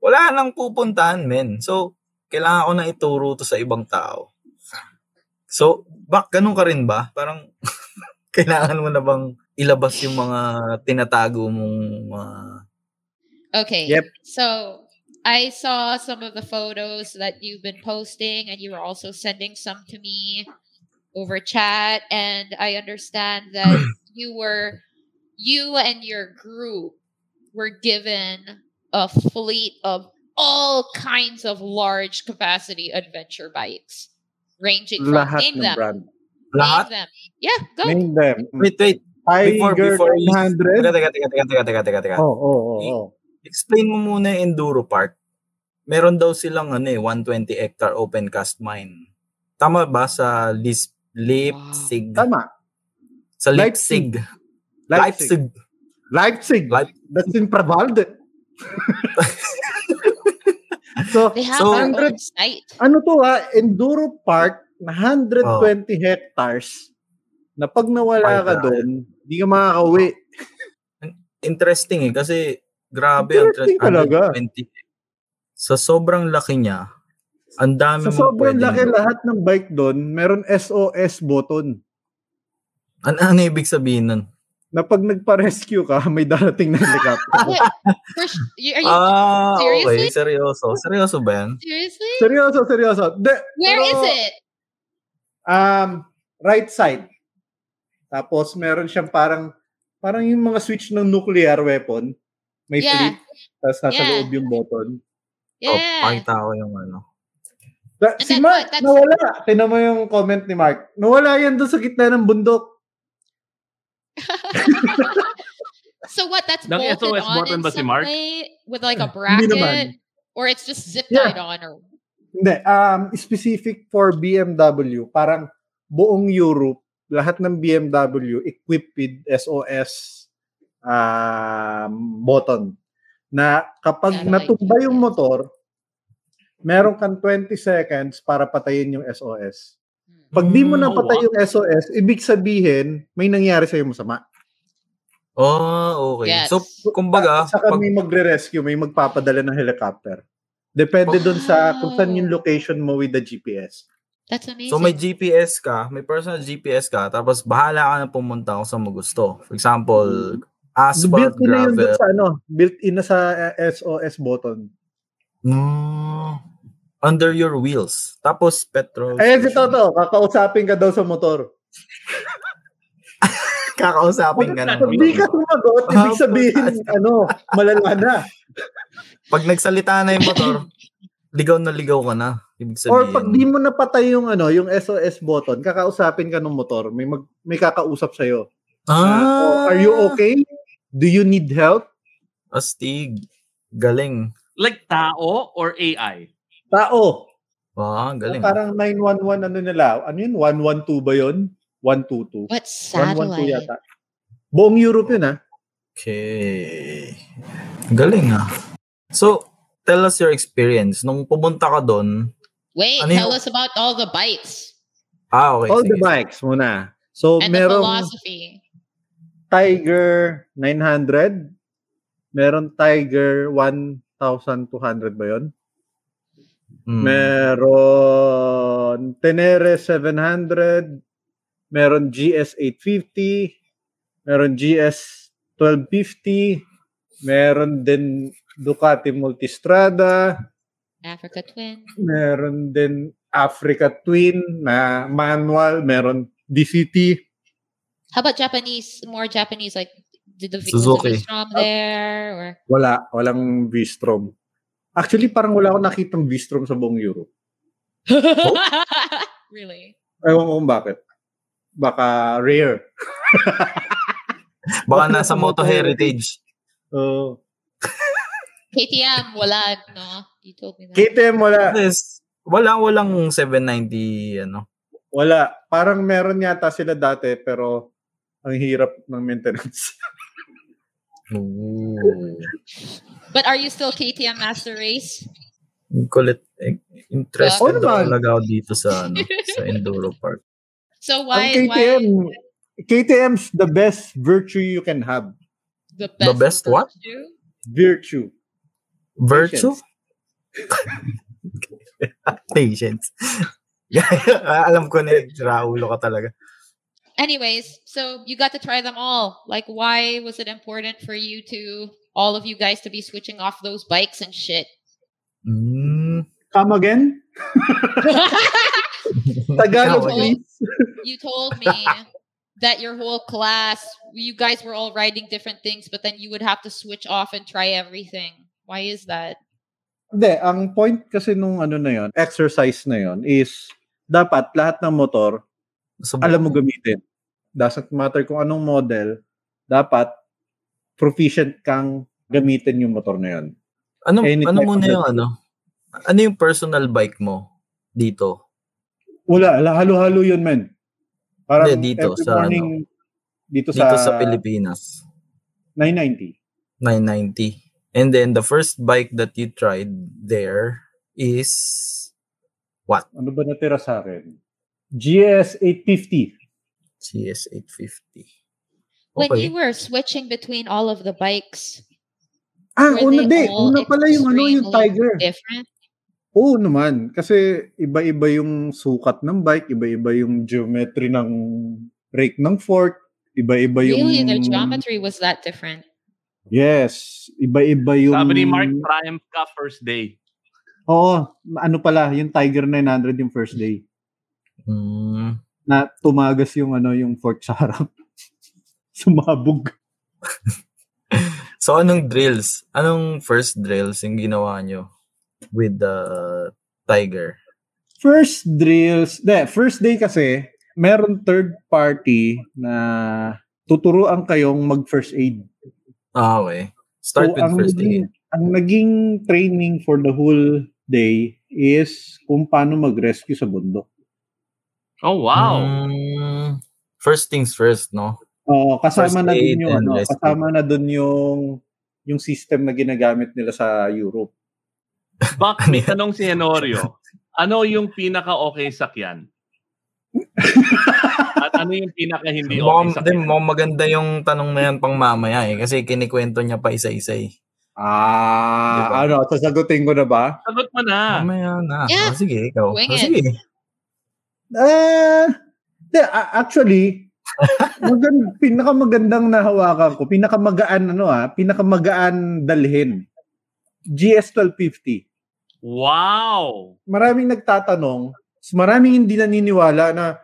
D: Wala nang pupuntahan, men. So, kailangan ko na ituro to sa ibang tao. So, bak, ganun ka rin ba? Parang, kailangan mo na bang ilabas yung mga tinatago mong ah, mga...
G: Okay.
F: Yep.
G: So I saw some of the photos that you've been posting, and you were also sending some to me over chat. And I understand that you were, you and your group were given a fleet of all kinds of large capacity adventure bikes, ranging from
F: Lahat
G: name
F: ng
G: them,
F: brand.
D: lahat.
G: name them. Yeah, go.
F: Name them.
D: Wait, wait. Before,
F: Tiger
D: before you... Teka, teka,
F: 900.
D: teka, teka, teka, teka, teka, teka.
F: Oo, oo, oo.
D: explain mo muna yung enduro part. Meron daw silang ano eh, 120 hectare open cast mine. Tama ba sa Lis- Leipzig?
F: Tama.
D: Sa Leipzig.
F: Leipzig.
D: Leipzig.
F: Leipzig.
D: Leip-
F: That's in Pravalde. so,
G: They have
D: So-
G: their own
F: 100
G: site.
F: ano to ha? Enduro Park na 120 Oh. hectares na pag nawala
D: Ay,
F: ka
D: grabe.
F: doon, hindi ka makakauwi.
D: Interesting eh kasi grabe ang
F: Interesting talaga.
D: 120. Sa sobrang laki niya, ang dami
F: Sa
D: mong
F: sobrang
D: pwedeng-
F: laki lahat ng bike doon, meron SOS button
D: Ano, ano ibig sabihin nun?
F: na pag nagpa-rescue ka, may darating na helicopter.
G: What? For sh- you- are you
F: Uh,
D: Ah, okay.
G: seriously?
D: Seryoso. Seryoso ba yan?
G: seriously?
F: seryoso, seryoso. De,
G: Where is
F: pero,
G: it?
F: Um, right side. Tapos meron siyang parang parang yung mga switch ng nuclear weapon. May
G: Yeah.
F: flip, tapos nasa
G: Yeah.
F: loob yung button.
D: Oh,
G: Yeah.
D: pakita ko yung ano.
F: Da,
G: And
F: si
G: that's
F: Mark,
G: what- that's-
F: nawala. Tinan mo yung comment ni Mark. Nawala yan doon sa gitna ng bundok.
G: so what? That's
C: Ng
G: bolted
C: SOS
G: on
C: button
G: in
C: ba si
G: some
C: Mark?
G: way with like a
F: Hindi naman.
G: bracket, or it's just zip
F: Yeah.
G: tied on, or
F: Hindi. Um, specific for BMW, parang buong Europe, lahat ng BMW equipped with SOS um, button na kapag
G: Yeah, I like
F: natumba
G: that.
F: yung motor, meron kang 20 seconds para patayin yung SOS. Pag di
D: Hmm,
F: mo
C: Mm,
F: napatay
C: wow.
F: yung SOS, ibig sabihin, may nangyari sa'yo masama.
D: Oh, okay.
G: Yes.
D: So, kumbaga,
F: Sa
D: pag
F: kami magre-rescue, may magpapadala ng helicopter. Depende dun sa kung saan yung location mo with the GPS.
G: that's amazing.
D: So may GPS ka, may personal GPS ka, tapos bahala ka na pumunta kung saan mo gusto. For example, asphalt,
F: built-in Mm. na yun dun
D: gravel.
F: sa ano, built-in na sa eh, SOS button.
D: Mm, under your wheels. Tapos petrol.
F: Ayan si
D: station.
F: Toto, kakausapin ka daw sa motor.
D: Kakausapin ka ng
F: Pag di ka sumagot, ibig
D: Ah,
F: sabihin, ano, malala na.
D: Pag nagsalita na yung motor, ligaw na ligaw ka na. Ibig sabihin.
F: Or pag di mo napatay yung ano, yung SOS button, kakausapin ka ng motor, may mag, may kakausap sa iyo.
D: ah,
F: are you okay? Do you need help?
D: Astig. Galing.
C: Like tao or AI?
F: Tao.
D: Wow, ang galing.
F: Parang 911 ano nila. Ano yun? 112 ba yun? 122. 112
G: What satellite?
F: yata. Buong Europe yun ah.
D: Okay. Ang Galing ah. So, tell us your experience. Nung pumunta ka doon,
G: Wait,
D: Ano yun?
G: tell us about all the bites
D: ah, okay.
F: All
D: sige.
F: the bikes muna. So,
G: and the
F: merong
G: philosophy.
F: Tiger 900. Meron Tiger 1,200 ba yun?
D: Mm.
F: Meron Tenere 700, meron GS 850, meron GS 1250, meron din Ducati Multistrada,
G: Africa Twin.
F: meron din Africa Twin na manual, meron DCT.
G: How about Japanese? More Japanese, like did the was
D: Suzuki.
G: the Vistrom there or
F: Wala, walang V-Strom. Actually, parang wala akong nakitang V-Strom sa buong Europe.
G: really?
F: Ewan ko kung bakit. Baka rare.
D: Baka nasa Moto Heritage.
F: So,
G: KTM, wala, no? You told me that.
F: KTM wala.
D: Yes. Wala, walang 790, ano.
F: Wala. Parang meron yata sila dati, pero ang hirap ng maintenance.
D: Ooh.
G: but are you still KTM Master Race?
D: Ang Kulit. Eh, Interested
F: Oo naman.
D: ako talaga ako dito sa, ano, sa Enduro Park.
G: So why
F: ang KTM,
G: why
F: KTM's the best virtue you can have.
G: the best,
D: The best what?
G: virtue?
F: Virtue.
D: Virtue? Patience. Alam ko na, raulo ka talaga.
G: Anyways, so you got to try them all. Like why was it important for you to all of you guys to be switching off those bikes and shit?
D: Mm.
F: Come again? Tagalog,
G: Come
D: Tawag-
G: again. you told me that your whole class, you guys were all riding different things, but then you would have to switch off and try everything. Why is that?
F: Hindi, ang point kasi nung ano na yon, exercise na yon is dapat lahat ng motor
D: Sub-
F: alam mo gamitin. Doesn't matter kung anong model, dapat proficient kang gamitin yung motor na yon.
D: Ano,
F: Any
D: ano
F: type
D: muna
F: of
D: yung ano? Ano yung personal bike mo dito?
F: Wala, la- halo-halo yun, men. Parang
D: Hindi, dito,
F: every
D: sa ano,
F: morning, dito,
D: Dito sa,
F: sa,
D: Pilipinas.
F: 990.
D: 990. And then the first bike that you tried there is
F: Ano ba natira sa akin? GS 850.
D: CS850.
G: When
D: Okay.
G: you were switching between all of the bikes,
F: Ah,
G: Were
F: una
G: they
F: di.
G: all
F: Una pala yung ano, yung
G: extremely
F: Tiger.
G: different.
F: Oo naman. Kasi iba-iba yung sukat ng bike, iba-iba yung geometry ng brake ng fork, iba-iba yung...
G: Really, their geometry was that different.
F: Yes. Iba-iba yung...
C: Sabi ni Mark, triumph ka first day.
F: Oo. Ano pala, yung Tiger 900 yung first day.
D: Mm.
F: Na tumagas yung ano, yung fork sa harap. Sumabog.
D: So anong drills? Anong first drills yung ginawa nyo with the Tiger?
F: first drills, de, first day kasi, meron third party na tuturuan kayong mag first aid.
D: Ah, okay. Start
F: So,
D: with first aid.
F: naging, Oh, Ang naging training for the whole day is kung paano mag-rescue sa bundok.
C: Oh,
F: Hmm.
C: wow.
D: Mm, first things first, no?
F: Oo,
D: First
F: kasama na
D: aid
F: dun yung
D: and
F: ano,
D: rescue.
F: kasama na dun yung yung system na ginagamit nila sa Europe.
C: Bak, may tanong si Henorio. Ano yung pinaka-okay sakyan? At ano yung pinaka-hindi okay
D: Mukhang,
C: sakyan?
D: din, mukhang maganda yung tanong na yan pang mamaya eh. Kasi kinikwento niya pa isa-isa eh.
F: Ah,
D: Diba?
F: ano, sasagutin ko na ba?
C: Sagot mo na.
D: Mamaya na.
G: Yeah.
D: Oh, sige, ikaw.
G: Wing
D: Oh,
G: it.
D: sige.
F: Ah, de, a- actually, magand, pinakamagandang nahawakan ko, pinakamagaan ano ah, pinakamagaan dalhin. GS 1250.
C: Wow.
F: Maraming nagtatanong, s- maraming hindi naniniwala na,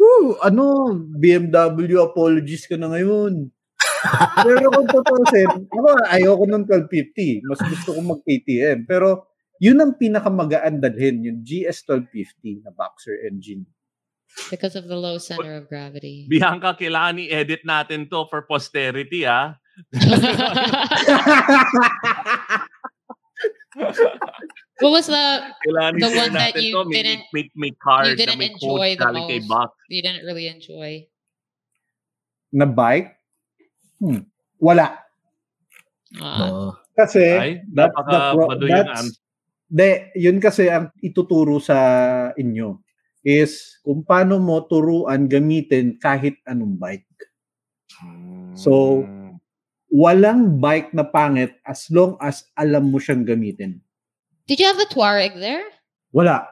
F: Woo, ano, BMW apologies ka na ngayon. Pero kung tutusin, ako ayoko ng 1250. Mas gusto ko mag-KTM. Pero yun ang pinakamagaan dalhin, yung GS 1250 na boxer engine.
G: Because of the low center of gravity.
C: Bianca, kailangan i-edit natin to for posterity, ah.
G: What was the
C: Kailangan
G: The
C: i-share
G: one that
C: natin
G: you
C: to. May-
G: didn't-
C: may, may card
G: you
C: na
G: didn't
C: may
G: enjoy
C: quote
G: the
C: galing kay
G: most.
C: Buck.
G: you didn't really enjoy?
F: na bike? Hmm. Wala.
G: Uh,
D: No.
F: Kasi,
C: Ay, um,
F: that,
C: napaka ah.
F: that,
C: baduy yung
F: that's,
C: answer.
F: de, yun kasi ang ituturo sa inyo is kung paano mo turuan gamitin kahit anong bike. So, walang bike na pangit as long as alam mo siyang gamitin.
G: did you have the Tuareg there?
F: Wala.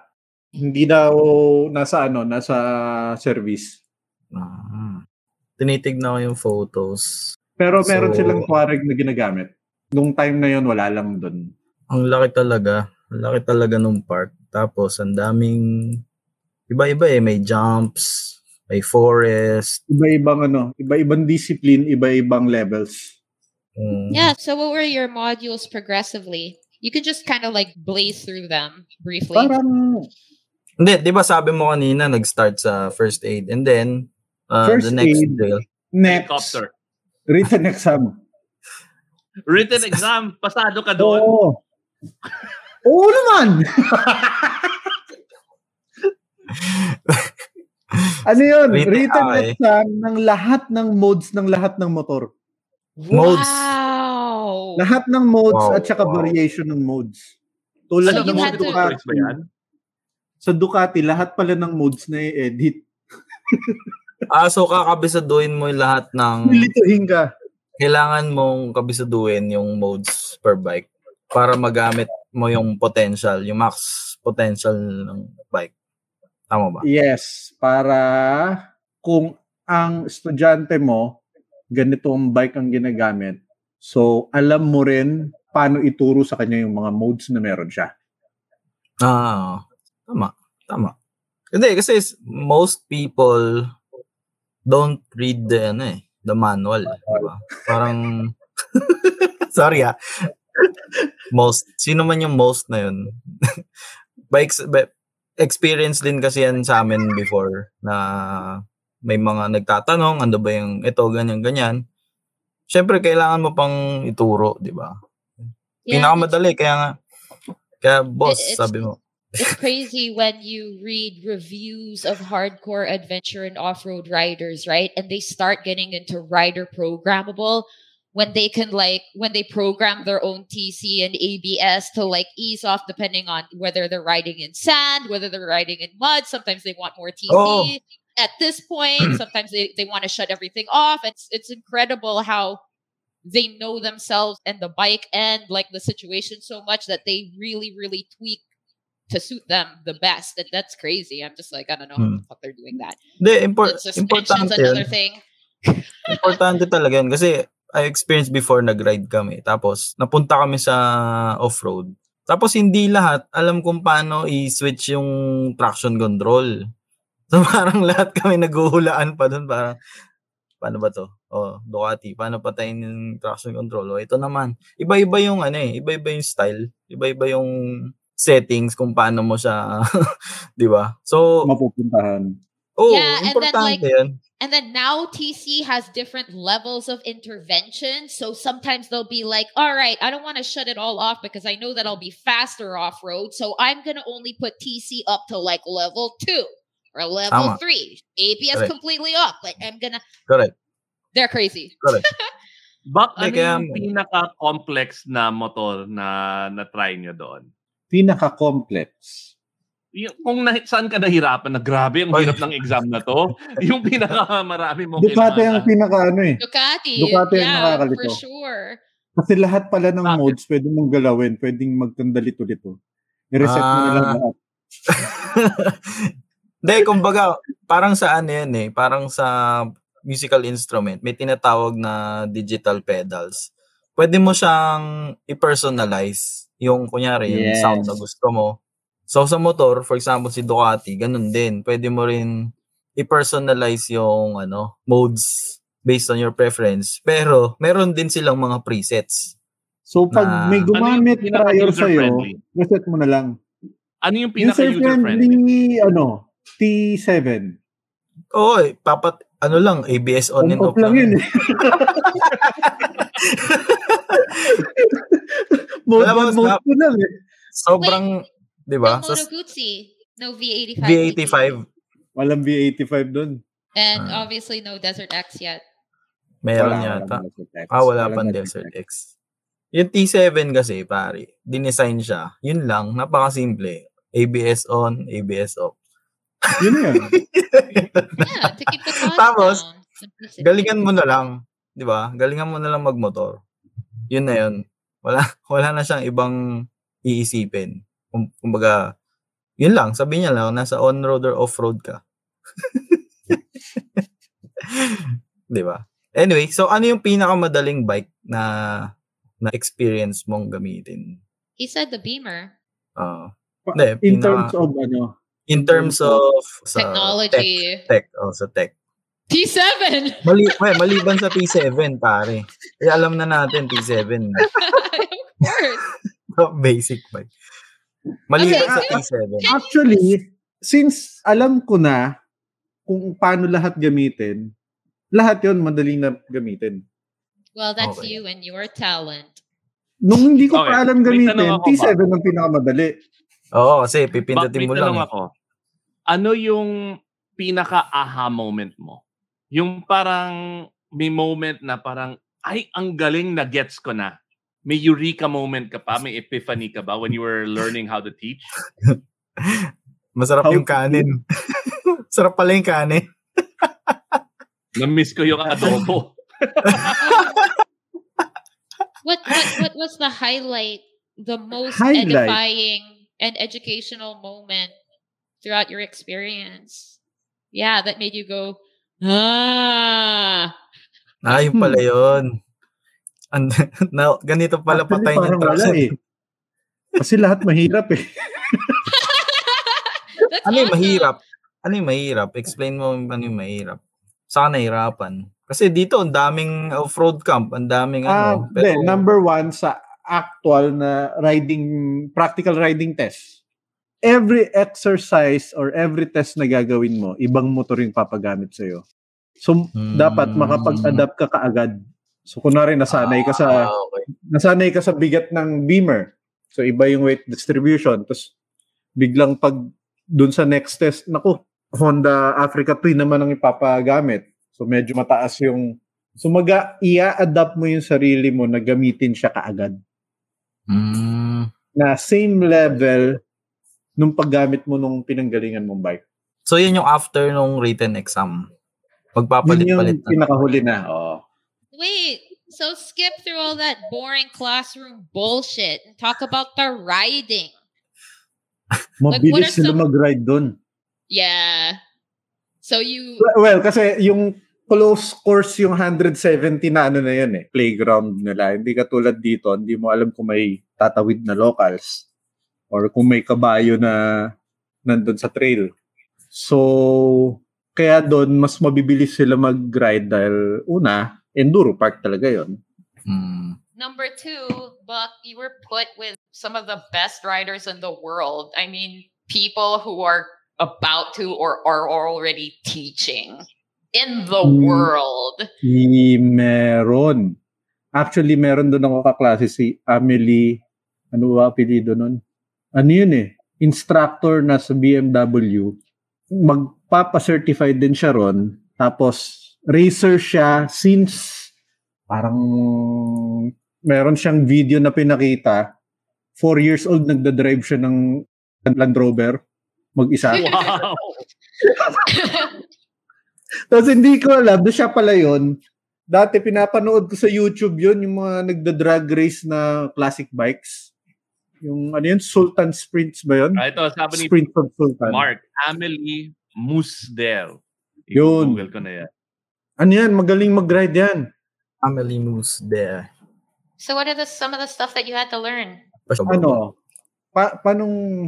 F: Hindi daw nasa ano, nasa service.
D: Ah. Tinitignan ko yung photos.
F: Pero meron
D: So-
F: silang Tuareg na ginagamit. Nung time na yun, wala lang dun.
D: Ang laki talaga. Ang laki talaga nung park. Tapos, ang daming... Iba-iba eh. May jumps, may forest.
F: Iba-ibang ano, iba-ibang discipline, iba-ibang levels.
D: Mm.
G: Yeah. So what were your modules progressively? You could just kind of like blaze through them briefly.
F: Parang
D: Hindi, di ba sabi mo kanina, nag-start sa first aid. And then, uh, the
F: First
D: next
F: aid.
D: day,
F: next,
C: Helicopter.
F: written exam.
C: Written exam. Pasado ka doon.
F: Oo. Oo naman! ano yun?
D: Written
F: Written
D: eye.
F: exam ng lahat ng modes ng lahat ng motor.
D: modes.
G: Wow.
F: Lahat ng modes
D: Wow,
F: at saka
D: wow.
F: variation ng modes. Tulad
G: So
F: ng
G: you
F: mga
G: had to-
F: Ducati.
C: Ba yan?
F: Sa Ducati, lahat pala ng modes na i-edit.
D: Ah, so kakabisaduhin mo yung lahat ng
F: Lilituhin ka.
D: kailangan mong kabisaduhin yung modes per bike para magamit mo yung potential, yung max potential ng bike. Tama
C: Ah.
D: ba?
F: Yes, para kung ang estudyante mo, ganito ang bike ang ginagamit. So, alam mo rin paano ituro sa kanya yung mga modes na meron siya.
D: Ah, tama. Tama. Hindi, kasi s- most people don't read the, ano eh, the manual. di ba? Parang, sorry ah. Most. Sino man yung most na yun? by, ex- by- experience din kasi yan sa amin before na may mga nagtatanong, ano ba yung ito, ganyan, ganyan. Siyempre, kailangan mo pang ituro, di ba?
G: Yeah,
D: Pinakamadali, kaya nga. Kaya, boss,
G: it's-
D: sabi mo,
G: it's crazy when you read reviews of hardcore adventure and off-road riders, right? And they start getting into rider programmable when they can like when they program their own TC and ABS to like ease off depending on whether they're riding in sand, whether they're riding in mud. Sometimes they want more TC.
D: Oh.
G: At this point, sometimes they, they want to shut everything off. It's it's incredible how they know themselves and the bike and like the situation so much that they really, really tweak to suit them the best. And that's crazy. I'm just like, I don't know how
D: Hmm.
G: the fuck they're doing that.
D: Hindi, impor-
G: The suspension's
D: importante yun.
G: another thing.
D: Importante talaga yun. Kasi I experienced before nag-ride kami. Tapos napunta kami sa off-road. Tapos hindi lahat alam kung paano i-switch yung traction control. So parang lahat kami naghuhulaan pa doon. Parang, paano ba to? Oh, Ducati, paano patayin yung traction control? Oh, ito naman. Iba-iba yung ano eh, iba-iba yung style, iba-iba yung settings kung paano mo siya, 'di ba? So,
F: Mapupuntahan.
D: oh,
G: Yeah, and then,
D: importante
G: like,
D: 'yun.
G: And then now TC has different levels of intervention. So sometimes they'll be like, all right, I don't want to shut it all off because I know that I'll be faster off road. So I'm going to only put TC up to like level two or level
D: Tama.
G: three. ABS
D: Correct.
G: completely up, but I'm going to.
D: Correct.
G: They're crazy.
C: Bak, ano
D: Hindi, kaya
C: yung
D: mo-
C: pinaka-complex na motor na na-try nyo doon?
F: Pinaka-complex.
C: Yung, kung na, saan ka nahirapan na grabe, ang
D: Ay.
C: hirap ng exam na to. yung pinaka-marami mong
F: Ducati
C: kailangan.
F: ang pinaka ano eh.
G: Ducati.
F: Ducati ang
G: yeah, for
F: nakakalito.
G: sure.
F: Kasi lahat pala ng
C: Bakit?
F: modes pwede mong galawin, pwedeng magtandalito-lito. I-reset mo na lang
D: Ah.
F: lahat.
D: Hindi, kumbaga, parang sa ano yan eh, parang sa musical instrument, may tinatawag na digital pedals. Pwede mo siyang i-personalize yung, kunyari, yung
F: Yes.
D: sound na gusto mo. So, sa motor, for example, si Ducati, ganun din. Pwede mo rin i-personalize yung ano, modes based on your preference. Pero, meron din silang mga presets.
F: So pag
D: Ah.
F: may
C: Ano yung
F: gumamit prior sa'yo,
C: pinaka-user-friendly?
F: reset mo na lang.
C: Ano yung pinaka-user-friendly?
F: User-friendly, ano, T7.
D: Oo, eh, papat, ano lang, ABS
C: Oh,
D: on and
F: On-off
D: off
F: lang yun eh. Mode
D: Wala bang
F: 1, mode
D: snap?
F: 2 na eh.
D: Sobrang, di ba?
G: No
D: Sa
G: Moto Guzzi. No V85.
D: V85,
F: Walang V85 doon.
G: And
D: Ah.
G: obviously no Desert X yet.
D: meron
F: Wala,
D: yata.
F: walang Desert X.
D: Ah, wala
F: Walang
D: pang Desert X. Yung T7 kasi, pare, dinesign siya. Yun lang, napakasimple. ABS on, ABS off.
F: Yun na yun.
G: Yeah, to keep the cost
D: Tapos,
G: down. Simplicity.
D: Galingan mo na lang, 'di ba? Galingan mo na lang magmotor. 'Yun na 'yun. Wala wala na siyang ibang iisipin. Kum- Kumbaga, 'yun lang, sabi niya lang nasa on-road or off-road ka. 'Di ba? Anyway, so ano yung pinakamadaling bike na na experience mong gamitin?
G: He said the Beamer.
D: Ah,
F: Pa-
D: Hindi,
F: In
D: pinaka-
F: terms of ano,
D: in terms of sa tech,
G: Technology.
D: tech oh, sa tech.
G: T7!
D: Mali, well, maliban sa T7, pare. Eh, alam na natin, T7.
G: of course.
D: Top basic bike. Maliban sa
G: Okay, so-
D: T7.
F: Actually, since alam ko na kung paano lahat gamitin, lahat yon madaling na gamitin.
G: Well, that's
D: Okay.
G: you and your talent.
F: Nung hindi ko
C: Okay,
F: pa
C: may
F: alam
C: tanong
F: gamitin,
C: ako
F: T7 ang pinakamadali.
D: Oo, kasi pipindutin
C: Bakit
D: mo
C: may
D: lang.
C: tanong
D: eh.
C: Ako. Ano yung pinaka-aha moment mo? Yung parang may moment na parang, ay, ang galing na gets ko na. May eureka moment ka pa? May epiphany ka ba when you were learning how to teach?
D: Masarap
F: How
D: yung
F: to
D: kanin. Sarap pala yung kanin.
C: Na-miss ko yung adobo.
G: What what, what was the highlight, the most
F: Highlight?
G: edifying and educational moment throughout your experience? Yeah, that made you go, ah.
D: Ah, yun
G: Hmm.
D: pala yun. And, na, ganito pala
F: Actually,
D: patay ng
F: parang wala
D: traffic.
F: eh. Kasi lahat mahirap eh.
G: That's
D: Ano yung
G: awesome.
D: mahirap? Ano yung mahirap? Explain mo ano yung mahirap. Saan nahirapan? Kasi dito, ang daming off-road camp, ang daming
F: Ah,
D: ano.
F: de, number one sa actual na riding, practical riding test. Every exercise or every test na gagawin mo, ibang motor yung papagamit sa'yo. So,
D: Hmm.
F: dapat makapag-adapt ka kaagad. So, kunwari, nasanay ka
D: Ah,
F: sa
D: okay.
F: nasanay ka sa bigat ng beamer. So iba yung weight distribution. Tapos biglang pag dun sa next test, naku, Honda Africa Twin naman ang ipapagamit. So medyo mataas yung So mag i-adapt mo yung sarili mo na gamitin siya kaagad
D: Mm.
F: na same level nung paggamit mo nung pinanggalingan mong bike.
D: So, yun yung after nung written exam.
F: Yun yung
D: Magpapalit-palit na.
F: pinakahuli na. Oo.
G: Wait, so skip through all that boring classroom bullshit and talk about the riding. Like, what
F: Mabilis
G: are
F: sila
G: some-
F: mag-ride dun.
G: Yeah. So you
F: Well, well, kasi yung close course yung 170 na ano na yun eh, playground nila. Hindi katulad dito, hindi mo alam kung may tatawid na locals or kung may kabayo na nandun sa trail. So, kaya doon mas mabibilis sila mag-ride dahil una, enduro park talaga yon.
D: Mm.
G: Number two, Buck, you were put with some of the best riders in the world. I mean, people who are about to or are already teaching in the
D: Mm.
F: Hmm.
G: world.
F: I meron. Actually, meron doon ako kaklase si Amelie. Ano ba apelido nun? Ano yun eh? Instructor na sa BMW. Magpapa-certified din siya ron. Tapos, racer siya since parang meron siyang video na pinakita. Four years old, nagda-drive siya ng Land Rover. Mag-isa.
C: wow.
F: Tapos hindi ko alam, doon siya pala yun. Dati pinapanood ko sa YouTube yun, yung mga nagda-drag race na classic bikes. Yung ano yun, Sultan Sprints ba yun?
C: Ah, Ito, sabi ni
F: Sprint of Sultan.
C: Mark, Amelie Musdel.
F: Yun.
C: Google ko na yan.
F: Ano yan, magaling mag-ride yan.
D: Family moves there.
G: So what are the some of the stuff that you had to learn?
F: Ano? Pa paanong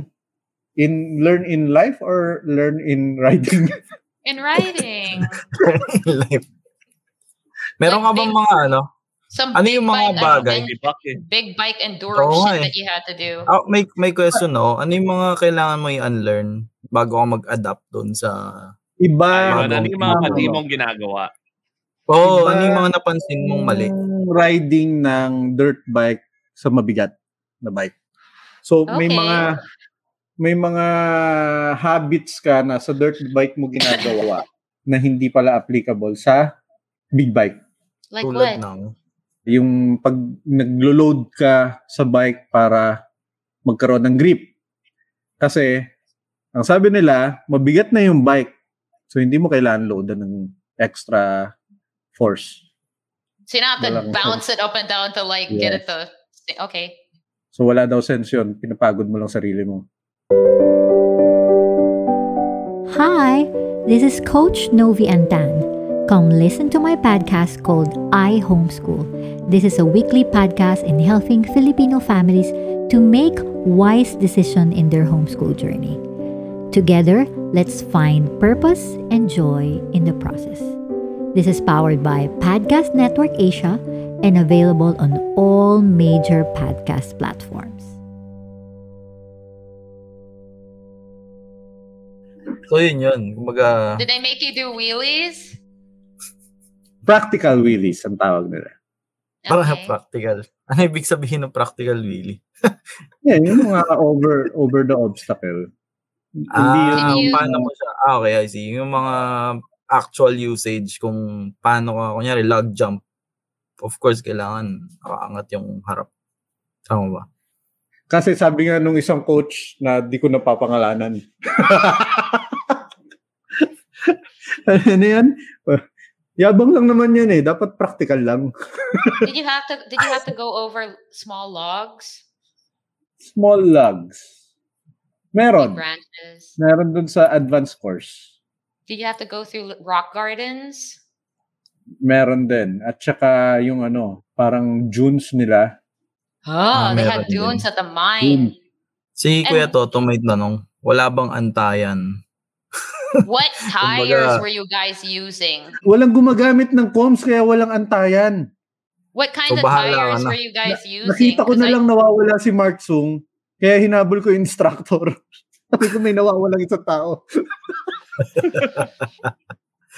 F: in learn in life or learn in riding?
G: In riding.
D: Life. Meron ka bang mga ano?
G: Some
D: Ano
G: big
D: yung mga
G: bike- ano,
D: bagay?
G: big-
C: Hey, Bucky,
G: Big bike enduro
D: Oo nga
G: shit
D: eh.
G: that you had to do.
D: Ah, may, may question no? Ano yung mga kailangan mo i-unlearn bago ka mag-adapt doon sa...
F: Iba.
C: ayun, ano yung mga
F: Ano?
C: pati mong ginagawa?
D: Oo, oh,
F: Iba- Hmm.
D: ano yung mga napansin mong mali?
F: Yung Riding ng dirt bike sa mabigat. na bike. So may
G: Okay.
F: mga may mga habits ka na sa dirt bike mo ginagawa na hindi pala applicable sa big bike.
G: Like
D: Tulad
G: what?
D: ng
F: Yung pag naglo-load ka sa bike para magkaroon ng grip. Kasi ang sabi nila, mabigat na yung bike. So hindi mo kailangan loadan ng extra force.
G: So you don't have to
F: Walang-
G: bounce it up and down to like get at the. Okay.
F: So wala daw sense yun. Pinapagod mo lang sarili mo.
J: Hi, this is Coach Novi Antan. Come listen to my podcast called I Homeschool. This is a weekly podcast in helping Filipino families to make wise decision in their homeschool journey. Together, let's find purpose and joy in the process. This is powered by Podcast Network Asia and available on all major podcast platforms.
D: So yun yun. Kumbaga,
G: Did they make you do wheelies?
F: Practical wheelies ang tawag nila.
D: parang
G: Okay.
D: practical. Ano ibig sabihin ng practical really?
F: Yeah, yung mga over over the obstacle. Hindi yun.
D: Ah,
G: Can you-
D: paano mo siya? Ah, okay, I see. Yung mga actual usage kung paano ka, kunyari, log jump. Of course, kailangan nakaangat yung harap. Tama ba?
F: Kasi sabi nga nung isang coach na di ko napapangalanan. ano yan? Yabang lang naman yan eh. Dapat practical lang.
G: Did you have to? Did you have to go over small logs,
F: Small logs.
G: big
D: Oh,
F: Meron.
G: branches?
F: Meron dun sa advanced course.
G: Did you have to go through l- rock gardens?
F: Meron din. At saka yung ano, parang dunes nila.
G: Oh,
D: Ah,
G: they
D: meron
G: had
D: din.
G: dunes at the mine.
D: Si
G: And-
D: Kuya Toto may tanong, wala bang antayan?
G: What
D: Oh
G: tires
D: Kumbaga-
G: were you guys using?
F: Walang gumagamit ng comms kaya walang antayan.
G: What kind
D: So,
G: of
D: bahala ka
G: tires
D: na.
G: were you guys using?
F: Nakita ko
G: 'Cause
F: na
G: I-
F: lang nawawala si Mark Sung. Kaya hinabol ko yung instructor. Sabi ko may nawawalang isang tao.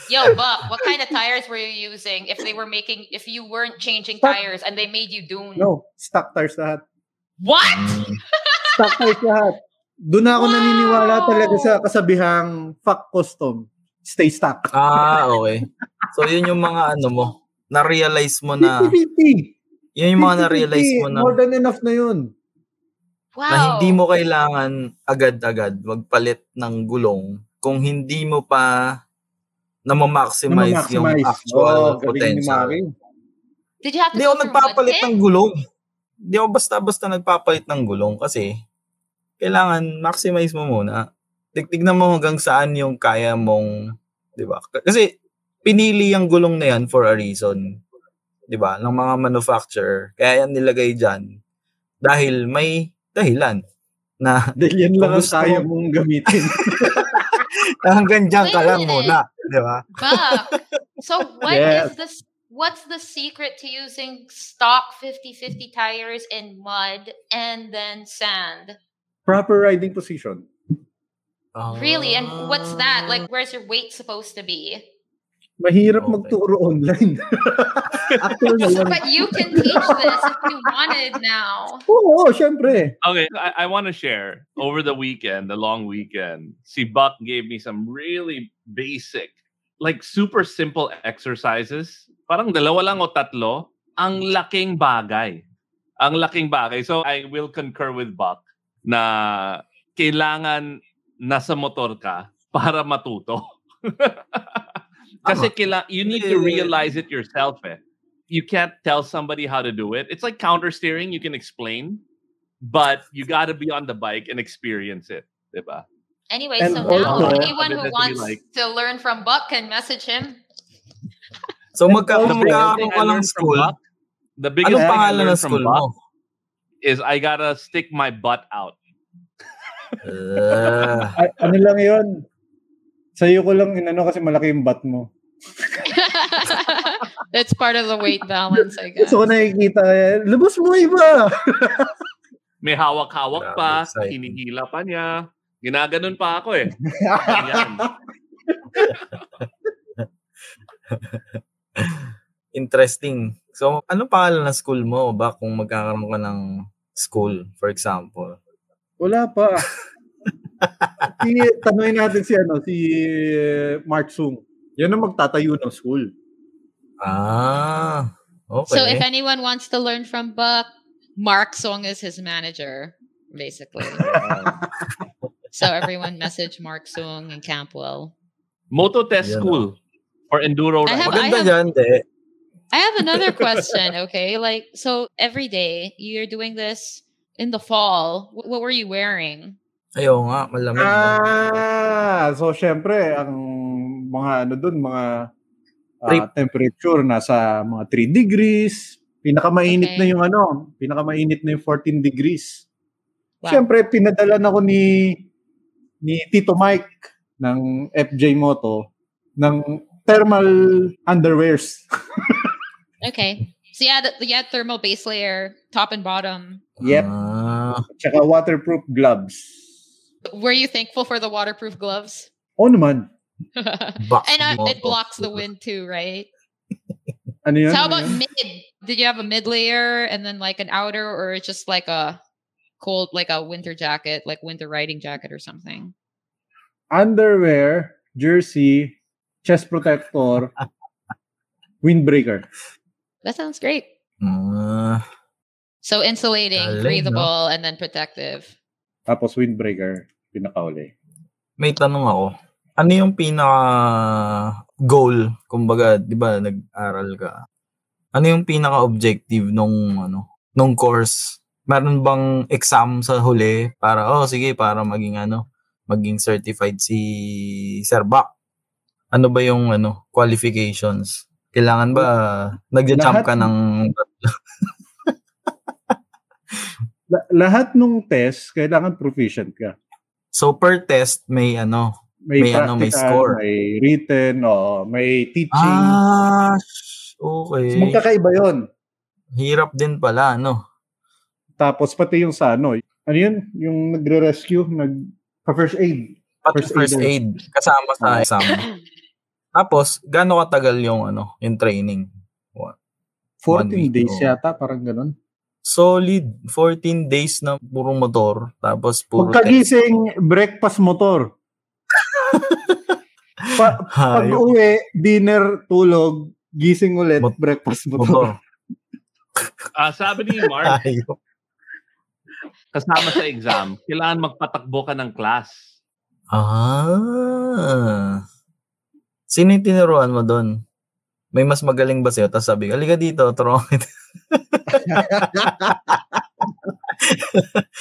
G: Yo, Buck, what kind of tires were you using if they were making if you weren't changing
F: Fuck.
G: tires and they made you dune?
F: No, stock tires lahat.
G: What?
F: Stock tires lahat. Doon na ako
G: Wow!
F: naniniwala talaga sa kasabihang fuck custom. Stay stock.
D: Ah, okay. So yun yung mga ano mo, na-realize mo na,
F: 50-50.
D: yun yung mga na-realize mo na,
F: 50-50, More than enough na yun.
G: Wow.
D: na hindi mo kailangan agad-agad magpalit ng gulong kung hindi mo pa na-maximize yung
F: Na-maximize.
D: actual
F: Oo, Oh, galing ni
D: potential.
F: Maki.
G: Did you have to
D: Hindi
G: go
D: ako
G: through
D: nagpapalit
G: mud
D: ng
G: pits?
D: gulong. Hindi ako basta-basta nagpapalit ng gulong kasi kailangan maximize mo muna. Tignan mo hanggang saan yung kaya mong, 'di ba? K- Kasi pinili yung gulong na yan for a reason. 'Di ba? Ng mga manufacturer. Kaya yan nilagay diyan dahil may dahilan na
F: Dahil yan lang ang
D: Gusto
F: kaya
D: mo.
F: mong gamitin.
D: hanggang diyan ka
G: Wait a
D: lang
G: minute.
D: muna, 'di ba?
G: Buck. So what is
F: Yes.
G: this what's the secret to using stock 50-50 tires in mud and then sand?
F: Proper riding position.
G: Really? And what's that?
F: Ah.
G: Like where's your weight supposed to be?
F: Mahirap
D: Okay.
F: magturo online. Actual na lang.
G: But you can teach this if you wanted now.
F: Oo, syempre.
C: Okay, I, I want to share over the weekend, the long weekend. Si Buck gave me some really basic, like super simple exercises. Parang dalawa lang o tatlo. Ang laking bagay. Ang laking bagay. So I will concur with Buck na kailangan nasa motor ka para matuto. Kasi
D: Tama.
C: kaila- you need to realize it yourself eh. You can't tell somebody how to do it. It's like counter steering, you can explain, but you got to be on the bike and experience it, diba?
G: Anyway,
F: And
G: so
F: also-
G: now
C: Sabi
G: anyone
C: na
G: who
C: sabi
G: wants
C: like-
G: to learn from Buck can message him.
D: So magka
F: The biggest
D: magkakaroon
C: thing I
D: ka ng
C: learned from
D: school.
C: Buck- The biggest
D: Anong
C: thing I
D: pangalan ng
C: learned from
D: school
C: Buck
D: mo?
C: is I got to stick my butt out.
D: Ah.
F: Ay, ano lang yun? Sa'yo ko lang inano kasi malaki yung bat mo.
G: it's part of the weight balance, I guess.
F: So ko nakikita, eh, labas mo iba!
C: May hawak-hawak
D: Grabe,
C: pa,
D: exciting.
C: hinihila pa niya. Ginaganon pa ako eh. Ayan.
D: Interesting. So, ano pangalan ng school mo ba kung magkakaroon ka ng school, for example?
F: Wala pa. si, tanungin natin si ano, si eh, Mark Sung. Yan ang magtatayo ng school.
D: Ah, okay.
G: So if anyone wants to learn from Buck, Mark Song is his manager, basically.
D: Ah,
G: so everyone message Mark Song and Campwell.
C: Moto test
D: Yan,
C: school for enduro
G: I
C: riding.
G: have-
D: Maganda yan, de.
G: I have another question, okay? Like, so every day you're doing this in the fall. Wh- what were you wearing?
D: Ayaw nga, malamig. no?
F: Ah, so syempre, ang mga ano dun, mga ah,
D: Trip.
F: temperature nasa mga 3 degrees. Pinakamainit
G: Okay.
F: na yung ano, pinakamainit na yung 14 degrees.
G: Wow.
F: Syempre, pinadala na ako ni ni Tito Mike ng FJ Moto ng thermal underwears.
G: Okay. So yeah, the, yeah, thermal base layer, top and bottom.
F: Yep.
D: Ah,
F: Tsaka waterproof gloves.
G: Were you thankful for the waterproof gloves?
F: Oh naman.
G: and
D: box
G: uh,
D: mo.
G: it blocks the wind too, right?
F: Ano yun?
G: So how
F: Ano
G: about
F: yun?
G: mid? Did you have a mid layer and then like an outer, or just like a cold, like a winter jacket, like winter riding jacket or something?
F: underwear, jersey, chest protector, windbreaker.
G: That sounds great.
D: Ah,
G: So insulating,
D: Galing, no?
G: breathable, and then protective.
F: Tapos windbreaker, pinakauli.
D: may tanong ako. Ano yung pinaka goal? Kumbaga, 'di ba, nag-aral ka. Ano yung pinaka objective nung ano, nung course? Meron bang exam sa huli para oh sige para maging ano, maging certified si Sir Bak? Ano ba yung ano, qualifications? Kailangan ba nagja-jump
F: Lahat-
D: ka ng
F: La- lahat nung test, kailangan proficient ka.
D: So per test may ano. May ano, may
F: practical,
D: score.
F: May written, o may teaching.
D: Ah, sh-
F: So,
D: okay.
F: magkakaiba yun.
D: Hirap din pala ano? no.
F: Tapos pati yung sa ano, ano yun? Yung nagre-rescue, nag first aid.
D: Pati
F: First
D: first, Ah.
F: aid.
D: aid. kasama sa exam. Tapos, gaano katagal yung ano, yung training?
F: 14
D: One week,
F: days
D: oo.
F: yata, parang ganun.
D: Solid 14 days na puro motor, tapos puro test.
F: Pagkagising, breakfast motor. pa- Pag
D: Hayop.
F: uwi, dinner, tulog, gising ulit,
D: Mot-
F: breakfast mo.
D: motor.
C: Ah, sabi ni Mark,
D: Hayop.
C: kasama sa exam, kailangan magpatakbo ka ng class.
D: Ah. Sino yung tinuruan mo doon? May mas magaling ba sa'yo? Tapos sabi ka, "Halika dito, turuan kita.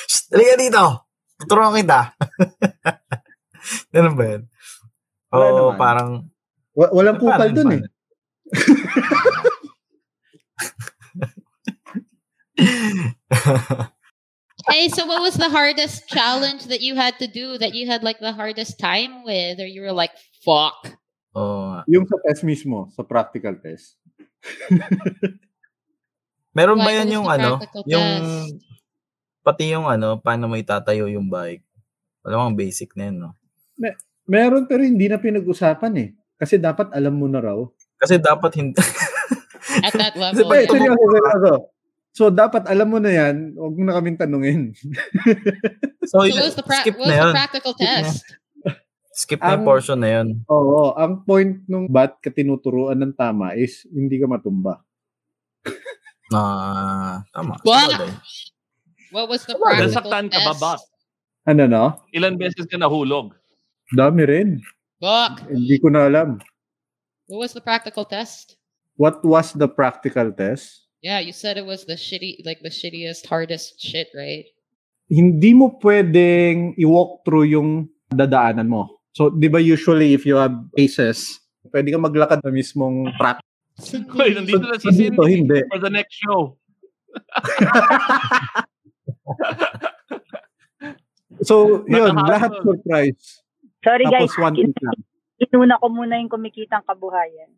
D: Shh, Halika dito! Tuturuan kita! Ganun ba yan?
F: Wala
D: Oo,
F: naman.
D: parang
F: Wa- walang kupal
D: Parang
F: dun eh.
D: naman.
G: Hey, so what was the hardest challenge that you had to do that you had like the hardest time with, or you were like, fuck?
D: Oo nga.
F: Yung sa test mismo, sa practical test.
D: Meron
G: Why
D: ba yan
G: was
D: yung
G: the
D: ano?
G: practical
D: Yung
G: test?
D: pati yung ano, paano mo itatayo yung bike. Alam mo, basic na yun, no?
F: Meron pero hindi na pinag-usapan eh. Kasi dapat alam mo na raw.
D: Kasi dapat hindi...
G: At that
F: Kasi,
G: level,
F: eh,
G: yeah.
F: seryoso, seryoso. So, dapat alam mo na yan. Huwag mo na kaming tanungin.
D: so,
G: So what was the, pra-
D: skip na
G: what was the
D: yun.
G: practical
D: Skip na yun.
G: test?
D: Skip na yung
F: Ang-
D: portion na yun.
F: Oo. Ang point nung ba't ka tinuturuan ng tama is hindi ka matumba.
D: Na, tama.
G: Wah!
D: sabagay.
G: What was the practical
C: Nasaktan ka ba,
G: test?
C: Bak?
F: Ano no?
C: Ilan beses ka nahulog?
F: Dami rin.
G: Buck,
F: Hindi ko na alam.
G: what was the practical test?
F: What was the practical test?
G: Yeah, you said it was the shitty, like the shittiest, hardest shit, right?
F: hindi mo pwedeng i-walk through yung dadaanan mo. So, di ba usually if you have paces, pwede ka maglakad na mismong track.
C: Uy, nandito na si
F: So, dito,
C: Cindy
F: hindi.
C: for the next show.
F: So, yun,
C: Nakahapon.
F: lahat surprise.
K: Sorry
F: Tapos
K: guys,
F: one
K: in-
F: week lang.
K: inuna ko muna yung kumikitang kabuhayan.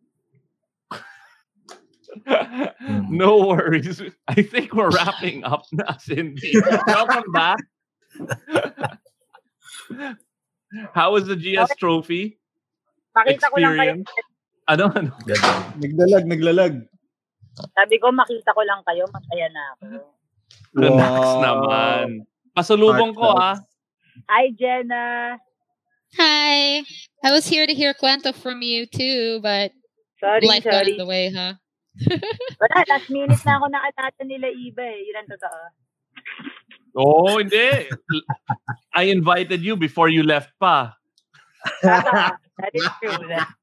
C: no worries. I think we're wrapping up na, Cindy. Welcome back. How was the GS Trophy?
K: Makita ko lang kayo.
C: Ano, ano?
D: Ganun.
F: Naglalag, naglalag.
K: Sabi ko, makita ko lang kayo, masaya na ako.
C: The Nax naman. Pasalubong ko ah.
K: Hi, Jenna.
G: Hi. I was here to hear Cuento from you too, but
K: Sorry,
G: life got
K: sorry.
G: in the way, huh?
K: Wala, last minute na ako nakatata nila iba eh. Yun ang totoo.
C: Oh, hindi. I invited you before you left pa.
K: That is true. That-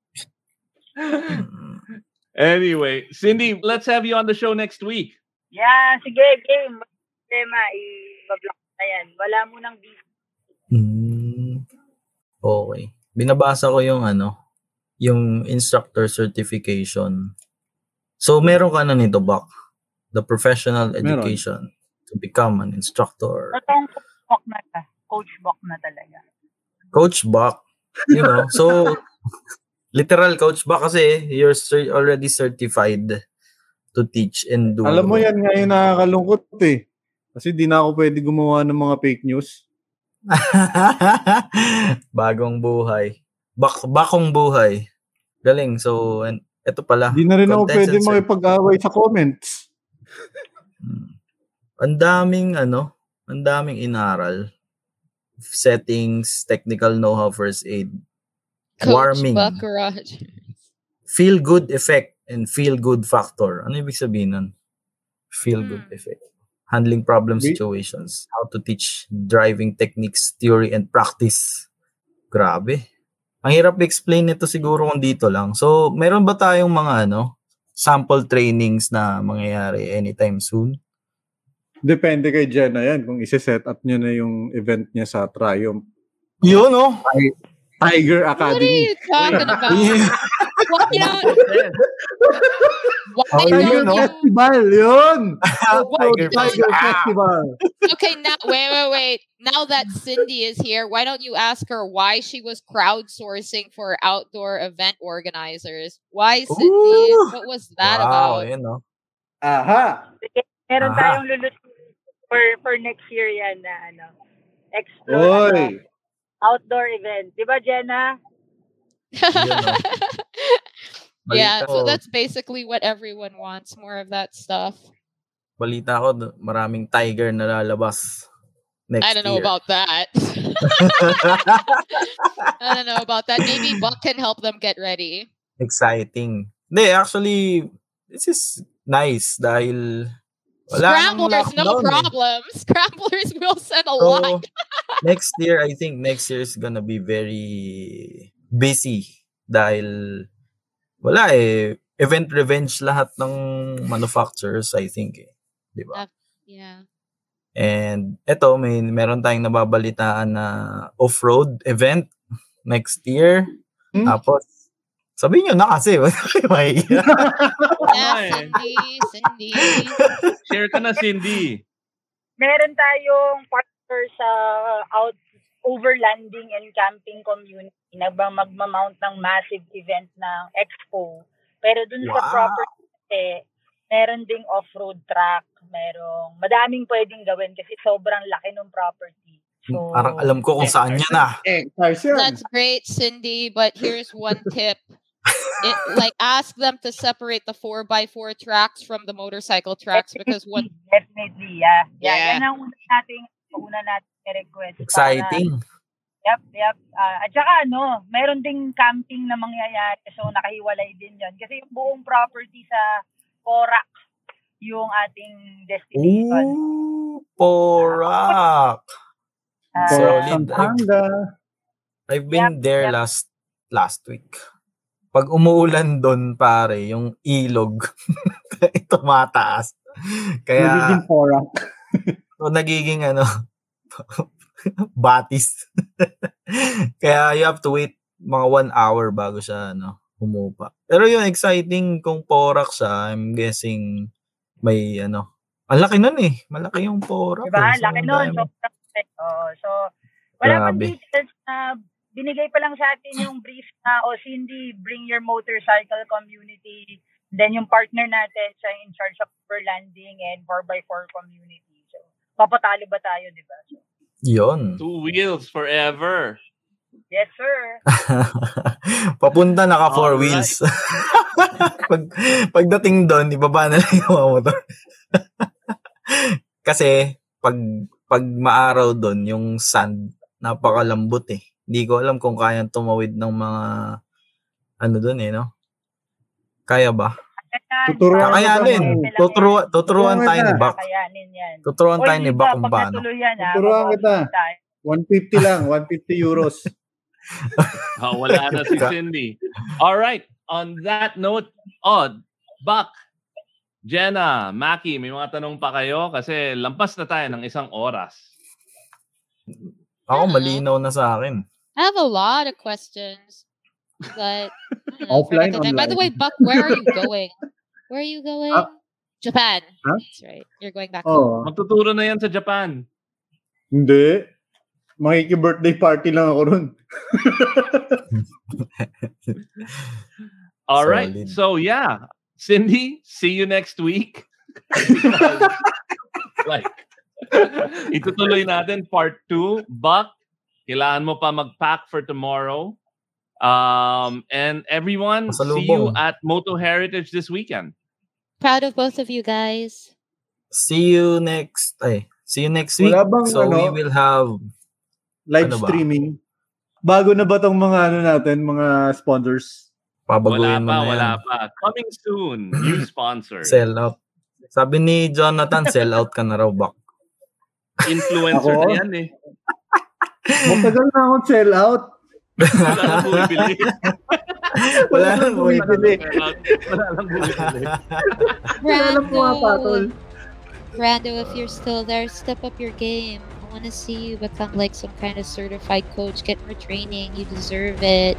C: Anyway, Cindy, let's have you on the show next week.
K: Yeah, sige, game. Tema, i-block na yan. Wala mo nang busy.
D: Mm, okay. Binabasa ko yung ano, yung instructor certification. So meron ka na nito, Bak. The professional
K: Meron.
D: education to become an instructor.
K: Totoong coach box na ka. Coach box na talaga.
D: Coach Bak, you know, so literal Coach Bak kasi you're cer- already certified to teach and do.
F: Alam mo yan nga yung nakakalungkot eh. Kasi di na ako pwede gumawa ng mga fake news.
D: Bagong buhay. Bak bakong buhay. Galing. So, and, eto pala.
F: Di na rin ako
D: Contents
F: pwede
D: and
F: makipag-away sa comments.
D: ang daming ano, ang daming inaral. Settings, technical know-how first aid,
G: Coach
D: warming,
G: Buck Rogers.
D: feel good effect and feel good factor. Ano ibig sabihin nun? Feel
G: Hmm.
D: good effect. Handling problem situations, how to teach driving techniques, theory and practice. Grabe. Ang hirap explain nito siguro kung dito lang. So, meron ba tayong mga ano, sample trainings na mangyayari anytime soon?
F: Depende kay Jenna yan kung isi-set up niya na yung event niya sa Triumph.
D: Yun, oh. no?
F: Tiger
G: What are
F: Academy.
G: you talking about? Why don't, why
F: Tiger Festival,
G: don't you
F: yun! Tiger,
G: don't
F: Tiger
G: you-
F: Festival. Ah.
G: okay, now wait, wait, wait. Now that Cindy is here, why don't you ask her why she was crowdsourcing for outdoor event organizers? Why, Cindy? What was that
D: Wow,
G: about?
D: yun, oh. no?
F: Aha!
K: Meron
D: Aha.
K: tayong lulutuin for, for next year yan na ano. Explore
F: Oy!
K: ano, outdoor event. Di ba, Jenna?
G: Yeah,
D: Balita
G: so
D: ko-
G: that's basically what everyone wants more of that stuff.
D: balita ko, d- maraming tiger na lalabas next
G: I don't know
D: year.
G: about that. I don't know about that. Maybe Buck can help them get ready.
D: Exciting. Hindi, actually, this is nice dahil wala nang
G: Scramblers, no
D: lockdown eh.
G: problem. Scramblers will send a
D: So,
G: lot.
D: next year, I think next year is gonna be very busy dahil wala eh. Event revenge lahat ng manufacturers, I think eh. Di ba?
G: Yeah.
D: And eto, may meron tayong nababalitaan na off-road event next year. Tapos, sabihin nyo na kasi. wala kayo mahihiya.
G: Yeah, Cindy, Cindy.
C: Share ka na, Cindy.
K: Meron tayong partner sa out overlanding and camping community na bang magmamount ng massive event ng expo. Pero dun
L: Wow.
K: sa property kasi, meron ding off-road track, merong madaming pwedeng gawin kasi sobrang laki ng property.
D: Parang alam ko kung saan niya na.
G: That's great, Cindy, but here's one tip. It, like ask them to separate the four by four tracks from the motorcycle tracks because one
K: Definitely, yeah.
G: Yeah.
K: Yeah, yan ang una nating una nating request.
D: Exciting.
K: Yep, yep. Ah, at saka ano, meron ding camping na mangyayari. So nakahiwalay din yon Kasi yung buong property sa Porac, yung ating destination.
D: Ooh, Porak.
K: Ah,
D: Solid. I've, I've been there last last week. Pag umuulan doon, pare, yung ilog tumataas. Kaya,
F: Nagiging Porak.
D: so, nagiging ano, batis. Kaya you have to wait mga one hour bago siya ano, humupa. Pero yun, exciting kung porak siya. I'm guessing may ano. Ang laki nun eh. Malaki yung porak.
K: Diba?
D: eh. So,
K: Laki
D: ang
K: nun.
D: dami.
K: Sobrang laki. Oo. So, wala pang
D: Grabe.
K: details na binigay pa lang sa atin yung brief na, o Cindy, bring your motorcycle community. Then yung partner natin, siya in charge of overlanding and 4x4 community. So, papatalo ba tayo, di ba? So,
D: Yun.
C: Two wheels forever.
K: yes, sir.
D: Papunta naka four wheels. Pag, pagdating doon, ibaba na lang yung mga motor. Kasi pag pag maaraw doon yung sand napakalambot eh. Hindi ko alam kung kayang tumawid ng mga ano doon eh no. Kaya ba?
M: Tuturuan
D: Kakayanin. Tuturu- tuturuan tayo ni Bak.
M: Kakayanin yan.
D: Tuturuan tayo ni
M: Oy,
D: Bak
M: Lisa,
D: kung
M: pag
D: paano.
M: natuluyan, ah,
F: Tuturuan kita.
M: babawi tayo.
F: 150 lang, 150 euros.
C: Oh, wala na si Cindy. All right. On that note, Odd, Buck, Jenna, Maki, may mga tanong pa kayo kasi lampas na tayo ng isang oras.
D: Ako malinaw na sa akin.
G: I have a lot of questions, but I don't know, for
D: Offline,
G: another time. By the way,
D: online? Uh,
G: Buck, where are you going? Where are you going? Japan.
F: Huh?
G: That's right. You're going back.
D: Oh.
F: Oo.
C: Magtuturo na yan sa Japan.
F: Hindi. Makiki-birthday party lang ako nun.
C: All right.
F: Solid.
C: So yeah, Cindy, see you next week. like, itutuloy natin part 2. Buck, kailangan mo pa mag-pack for tomorrow. Um, and everyone, see you
D: Pasalubong.
C: at Moto Heritage this weekend.
G: Proud of both of you guys.
D: See you next ay, see you next week.
F: Wala bang
D: so
F: ano?
D: we will have
F: Live
D: Ano ba?
F: streaming. Bago na ba tong mga ano natin, mga sponsors?
D: Pabaguhin
C: wala
D: mo
C: pa,
D: na yan.
C: wala pa. Coming soon, new sponsor.
D: Sell out. Sabi ni Jonathan, sell out ka na raw, Bak.
C: Influencer
F: Ako?
C: na yan eh.
F: Matagal na akong sell out.
C: Wala lang bumibili.
D: Wala nang
F: bumibili.
C: Wala lang bumibili.
G: Brando, Brando, if you're still there, step up your game. I want to see you become like some kind of certified coach. Get more training. You deserve it.